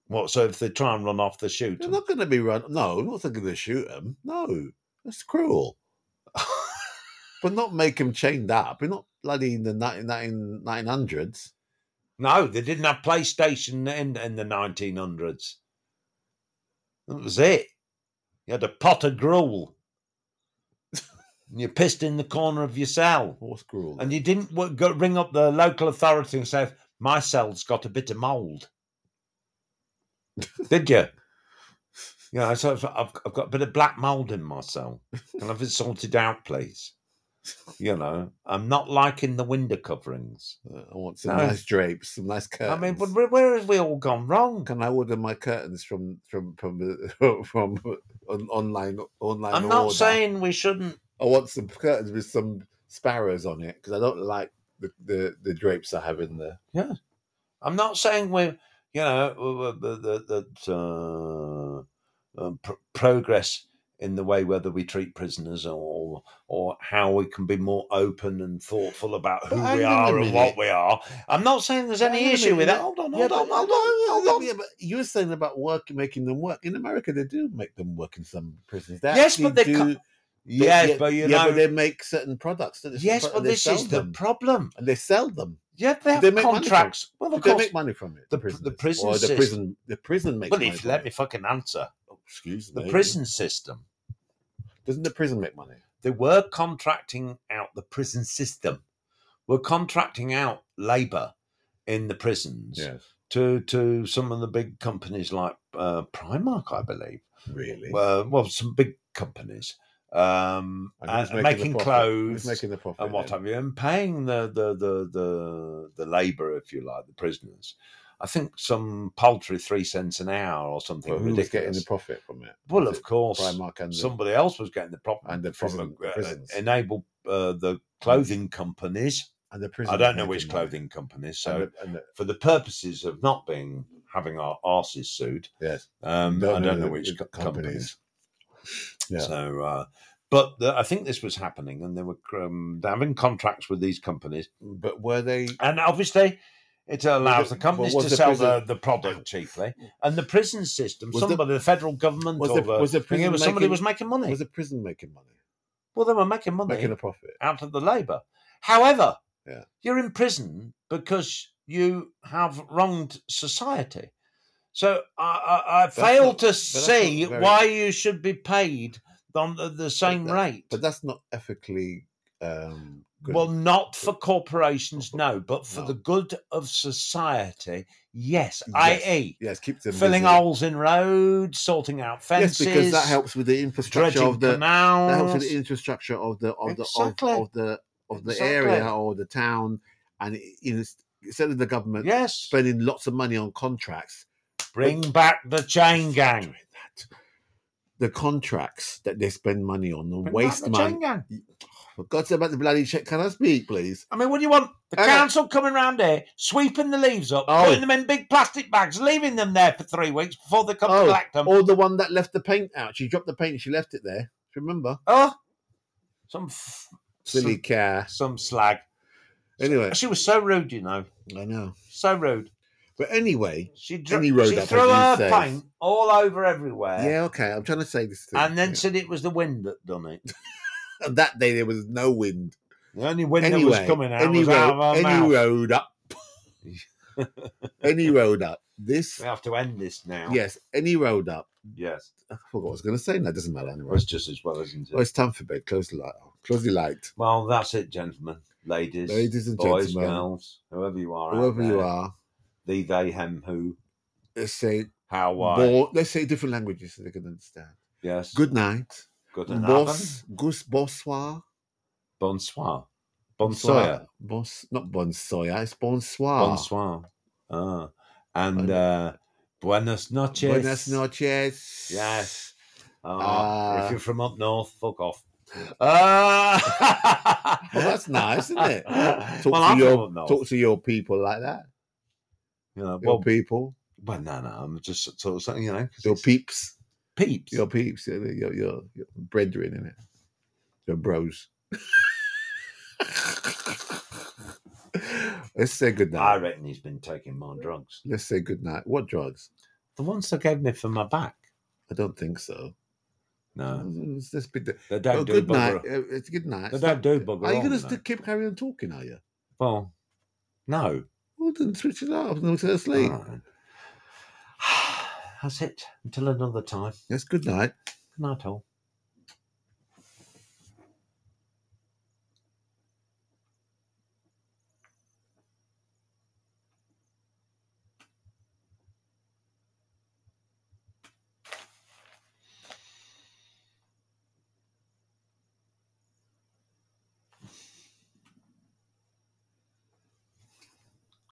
Speaker 1: What? So if they try and run off the shoot,
Speaker 2: They're
Speaker 1: 'em?
Speaker 2: not going to be run. No, I'm not going to shoot them. No, that's cruel. but not make them chained up. We're not bloody in the 19, 19 1900s.
Speaker 1: no, they didn't have PlayStation in in the nineteen hundreds. That was it. You had a pot of gruel. and you pissed in the corner of your cell,
Speaker 2: What's cruel?
Speaker 1: and you didn't w- go, ring up the local authority and say, "My cell's got a bit of mould." Did you? Yeah, so I've, I've I've got a bit of black mold in my cell. Can I have it sorted out, please? You know, I'm not liking the window coverings.
Speaker 2: Uh, I want some
Speaker 1: No.
Speaker 2: nice drapes, some nice curtains.
Speaker 1: I mean, but where, where have we all gone wrong?
Speaker 2: can I order my curtains from from from the- from uh, on, online online?
Speaker 1: I'm not
Speaker 2: order?
Speaker 1: saying we shouldn't.
Speaker 2: I want some curtains with some sparrows on it because I don't like the, the the drapes I have in there.
Speaker 1: I'm not saying we're, you know, that, that uh, um, pr- progress in the way whether we treat prisoners or or how we can be more open and thoughtful about who
Speaker 2: But hang
Speaker 1: we
Speaker 2: on a
Speaker 1: are and what
Speaker 2: minute.
Speaker 1: we are. I'm not saying there's any
Speaker 2: Hang on a
Speaker 1: issue with
Speaker 2: minute.
Speaker 1: that. Hold on, hold
Speaker 2: Yeah,
Speaker 1: on,
Speaker 2: but-
Speaker 1: hold on, hold on.
Speaker 2: Yeah, but you were saying about work making them work. In America, they do make them work in some prisons. They
Speaker 1: Yes, but
Speaker 2: actually
Speaker 1: they
Speaker 2: do,
Speaker 1: ca-
Speaker 2: they-
Speaker 1: Yes,
Speaker 2: yeah,
Speaker 1: but you
Speaker 2: yeah,
Speaker 1: know,
Speaker 2: but they make certain products. don't they? Certain
Speaker 1: yes,
Speaker 2: pro-
Speaker 1: but
Speaker 2: and they
Speaker 1: this
Speaker 2: sell
Speaker 1: is
Speaker 2: them,
Speaker 1: the problem.
Speaker 2: and they sell them.
Speaker 1: Yeah, they have
Speaker 2: they make money from it?
Speaker 1: contracts. Well, of
Speaker 2: they
Speaker 1: course,
Speaker 2: make money from it.
Speaker 1: the pr- the
Speaker 2: prisoners.
Speaker 1: prison
Speaker 2: or the
Speaker 1: system-
Speaker 2: prison, the prison makes
Speaker 1: but
Speaker 2: money.
Speaker 1: if
Speaker 2: from
Speaker 1: let
Speaker 2: it.
Speaker 1: me fucking answer,
Speaker 2: Oh, excuse
Speaker 1: the
Speaker 2: me.
Speaker 1: prison system.
Speaker 2: doesn't the prison make money?
Speaker 1: They were contracting out the prison system. We're contracting out labour in the prisons to to some of the big companies like uh, Primark, I believe.
Speaker 2: really.
Speaker 1: Uh, well, some big companies um,
Speaker 2: And who's
Speaker 1: and, and
Speaker 2: making the
Speaker 1: making
Speaker 2: profit?
Speaker 1: clothes.
Speaker 2: Who's making the profit?
Speaker 1: and what
Speaker 2: then?
Speaker 1: have you, and paying the the the the, the labour, if you like, the prisoners. I think some paltry three cents an hour or something
Speaker 2: Well, who was getting
Speaker 1: ridiculous.
Speaker 2: the profit from it?
Speaker 1: well,
Speaker 2: Was
Speaker 1: of
Speaker 2: it
Speaker 1: course,
Speaker 2: Primark and the-
Speaker 1: somebody else was getting the problem
Speaker 2: and the prison-
Speaker 1: from uh,
Speaker 2: prisons.
Speaker 1: enable uh, the clothing companies.
Speaker 2: and the prison.
Speaker 1: I don't know which clothing companies. So,
Speaker 2: And the, and the,
Speaker 1: for the purposes of not being having our arses sued,
Speaker 2: yes,
Speaker 1: um,
Speaker 2: Don't
Speaker 1: I
Speaker 2: know
Speaker 1: don't know
Speaker 2: the-
Speaker 1: which
Speaker 2: the
Speaker 1: co- companies.
Speaker 2: Yeah.
Speaker 1: So, uh, but the, I think this was happening, and they were um, having contracts with these companies,
Speaker 2: but were they?
Speaker 1: and obviously, it allows
Speaker 2: it-
Speaker 1: the companies
Speaker 2: but
Speaker 1: to
Speaker 2: was the
Speaker 1: sell
Speaker 2: prison-
Speaker 1: the, the product cheaply, and the prison system.
Speaker 2: Was the-
Speaker 1: somebody, the, federal government,
Speaker 2: was
Speaker 1: or
Speaker 2: the-
Speaker 1: the,
Speaker 2: was the
Speaker 1: thing, it
Speaker 2: prison
Speaker 1: was somebody
Speaker 2: making-
Speaker 1: was making money.
Speaker 2: Was the prison making money?
Speaker 1: well, they were making money
Speaker 2: Making a profit?
Speaker 1: out of the labour. However,
Speaker 2: Yeah.
Speaker 1: you're in prison because you have wronged society. So I, I, I fail
Speaker 2: not-
Speaker 1: to
Speaker 2: that's
Speaker 1: see
Speaker 2: not very-
Speaker 1: why you should be paid on the, the same
Speaker 2: that-
Speaker 1: rate.
Speaker 2: But that's not ethically. Um, good.
Speaker 1: well, not for corporations,
Speaker 2: for-
Speaker 1: no, but for
Speaker 2: no.
Speaker 1: the good of society, yes,
Speaker 2: Yes.
Speaker 1: i.e.,
Speaker 2: yes, keep them
Speaker 1: filling
Speaker 2: busy.
Speaker 1: holes in roads, sorting out fences,
Speaker 2: Yes, because that helps with the infrastructure
Speaker 1: dredging
Speaker 2: of the
Speaker 1: canals.
Speaker 2: that helps with the infrastructure of the of the
Speaker 1: Exactly.
Speaker 2: of, of the of the area
Speaker 1: Exactly.
Speaker 2: or the town, and you know, instead of the government
Speaker 1: yes,
Speaker 2: spending lots of money on contracts,
Speaker 1: bring back the chain gang.
Speaker 2: the contracts that they spend money on and
Speaker 1: Bring back
Speaker 2: waste
Speaker 1: the
Speaker 2: money.
Speaker 1: chain gang.
Speaker 2: For God's sake, about the bloody check. Can I speak, please?
Speaker 1: I mean, what do you want? The
Speaker 2: Hang on.
Speaker 1: council coming round here, sweeping the leaves up,
Speaker 2: Oh.
Speaker 1: putting them in big plastic bags, leaving them there for three weeks before they come
Speaker 2: Oh,
Speaker 1: to collect them. Oh.
Speaker 2: Or the one that left the paint out. She dropped the paint. She left it there. Do you Remember,
Speaker 1: some f-
Speaker 2: Oh. silly care.
Speaker 1: some, some slag.
Speaker 2: Anyway,
Speaker 1: She was so rude, you know,
Speaker 2: I know.
Speaker 1: so rude.
Speaker 2: But anyway,
Speaker 1: She dr-
Speaker 2: Any road
Speaker 1: she
Speaker 2: up, as
Speaker 1: threw
Speaker 2: you
Speaker 1: her
Speaker 2: say.
Speaker 1: paint all over everywhere,
Speaker 2: yeah, okay. I'm trying to say this. Thing.
Speaker 1: and then
Speaker 2: yeah.
Speaker 1: said it was the wind that done it.
Speaker 2: that day there was no wind.
Speaker 1: The only wind
Speaker 2: anyway,
Speaker 1: that was coming out
Speaker 2: any
Speaker 1: was
Speaker 2: road,
Speaker 1: out of her
Speaker 2: any
Speaker 1: mouth.
Speaker 2: road up, any road up. This,
Speaker 1: We have to end this now.
Speaker 2: yes, any road up.
Speaker 1: Yes.
Speaker 2: I forgot what I was going to say. Now doesn't matter. Anyway.
Speaker 1: Well, it's just as well, isn't
Speaker 2: Oh,
Speaker 1: it?
Speaker 2: it's time for bed. Close the light. Close the light,
Speaker 1: Well, that's it, gentlemen, ladies,
Speaker 2: ladies and
Speaker 1: boys,
Speaker 2: gentlemen.
Speaker 1: girls, whoever you are, out
Speaker 2: Whoever you
Speaker 1: there.
Speaker 2: are,
Speaker 1: they, they, hem, who,
Speaker 2: let's say
Speaker 1: how, why.
Speaker 2: bo- Let's say different languages so they can understand.
Speaker 1: yes.
Speaker 2: Good night,
Speaker 1: Good and
Speaker 2: boss, goose, bonsoir,
Speaker 1: Bonsoir. Bonsoir.
Speaker 2: bons, not bonsoir. It's bonsoir.
Speaker 1: Bonsoir. Ah. And
Speaker 2: And-
Speaker 1: uh, buenas noches.
Speaker 2: Buenas noches.
Speaker 1: Yes. Ah,
Speaker 2: Ah.
Speaker 1: if you're from up north, fuck off. Ah.
Speaker 2: Well, that's nice, isn't it? Talk
Speaker 1: well,
Speaker 2: to
Speaker 1: I'm
Speaker 2: your
Speaker 1: from up north.
Speaker 2: talk to your people like that.
Speaker 1: you know,
Speaker 2: Your
Speaker 1: well,
Speaker 2: people,
Speaker 1: well, no, no, I'm just sort of saying, you know, 'cause
Speaker 2: your
Speaker 1: it's
Speaker 2: peeps.
Speaker 1: peeps.
Speaker 2: your peeps, your your your, your brethren in it, your bros. Let's say good
Speaker 1: I
Speaker 2: night.
Speaker 1: reckon he's been taking more drugs.
Speaker 2: Let's say good night. What drugs?
Speaker 1: The ones they gave me for my back.
Speaker 2: I don't think so.
Speaker 1: No,
Speaker 2: Let's let's be the,
Speaker 1: they Uh, don't
Speaker 2: oh,
Speaker 1: do
Speaker 2: good night.
Speaker 1: bugger.
Speaker 2: Uh, It's good night.
Speaker 1: They don't do bugger.
Speaker 2: Are you
Speaker 1: all,
Speaker 2: going to
Speaker 1: no.
Speaker 2: still keep carrying on talking? Are you?
Speaker 1: Well, no.
Speaker 2: Well, then switch it up. No, to sleep.
Speaker 1: Ah. Alright. That's it. Until another time.
Speaker 2: Yes. Good night.
Speaker 1: Good night, all.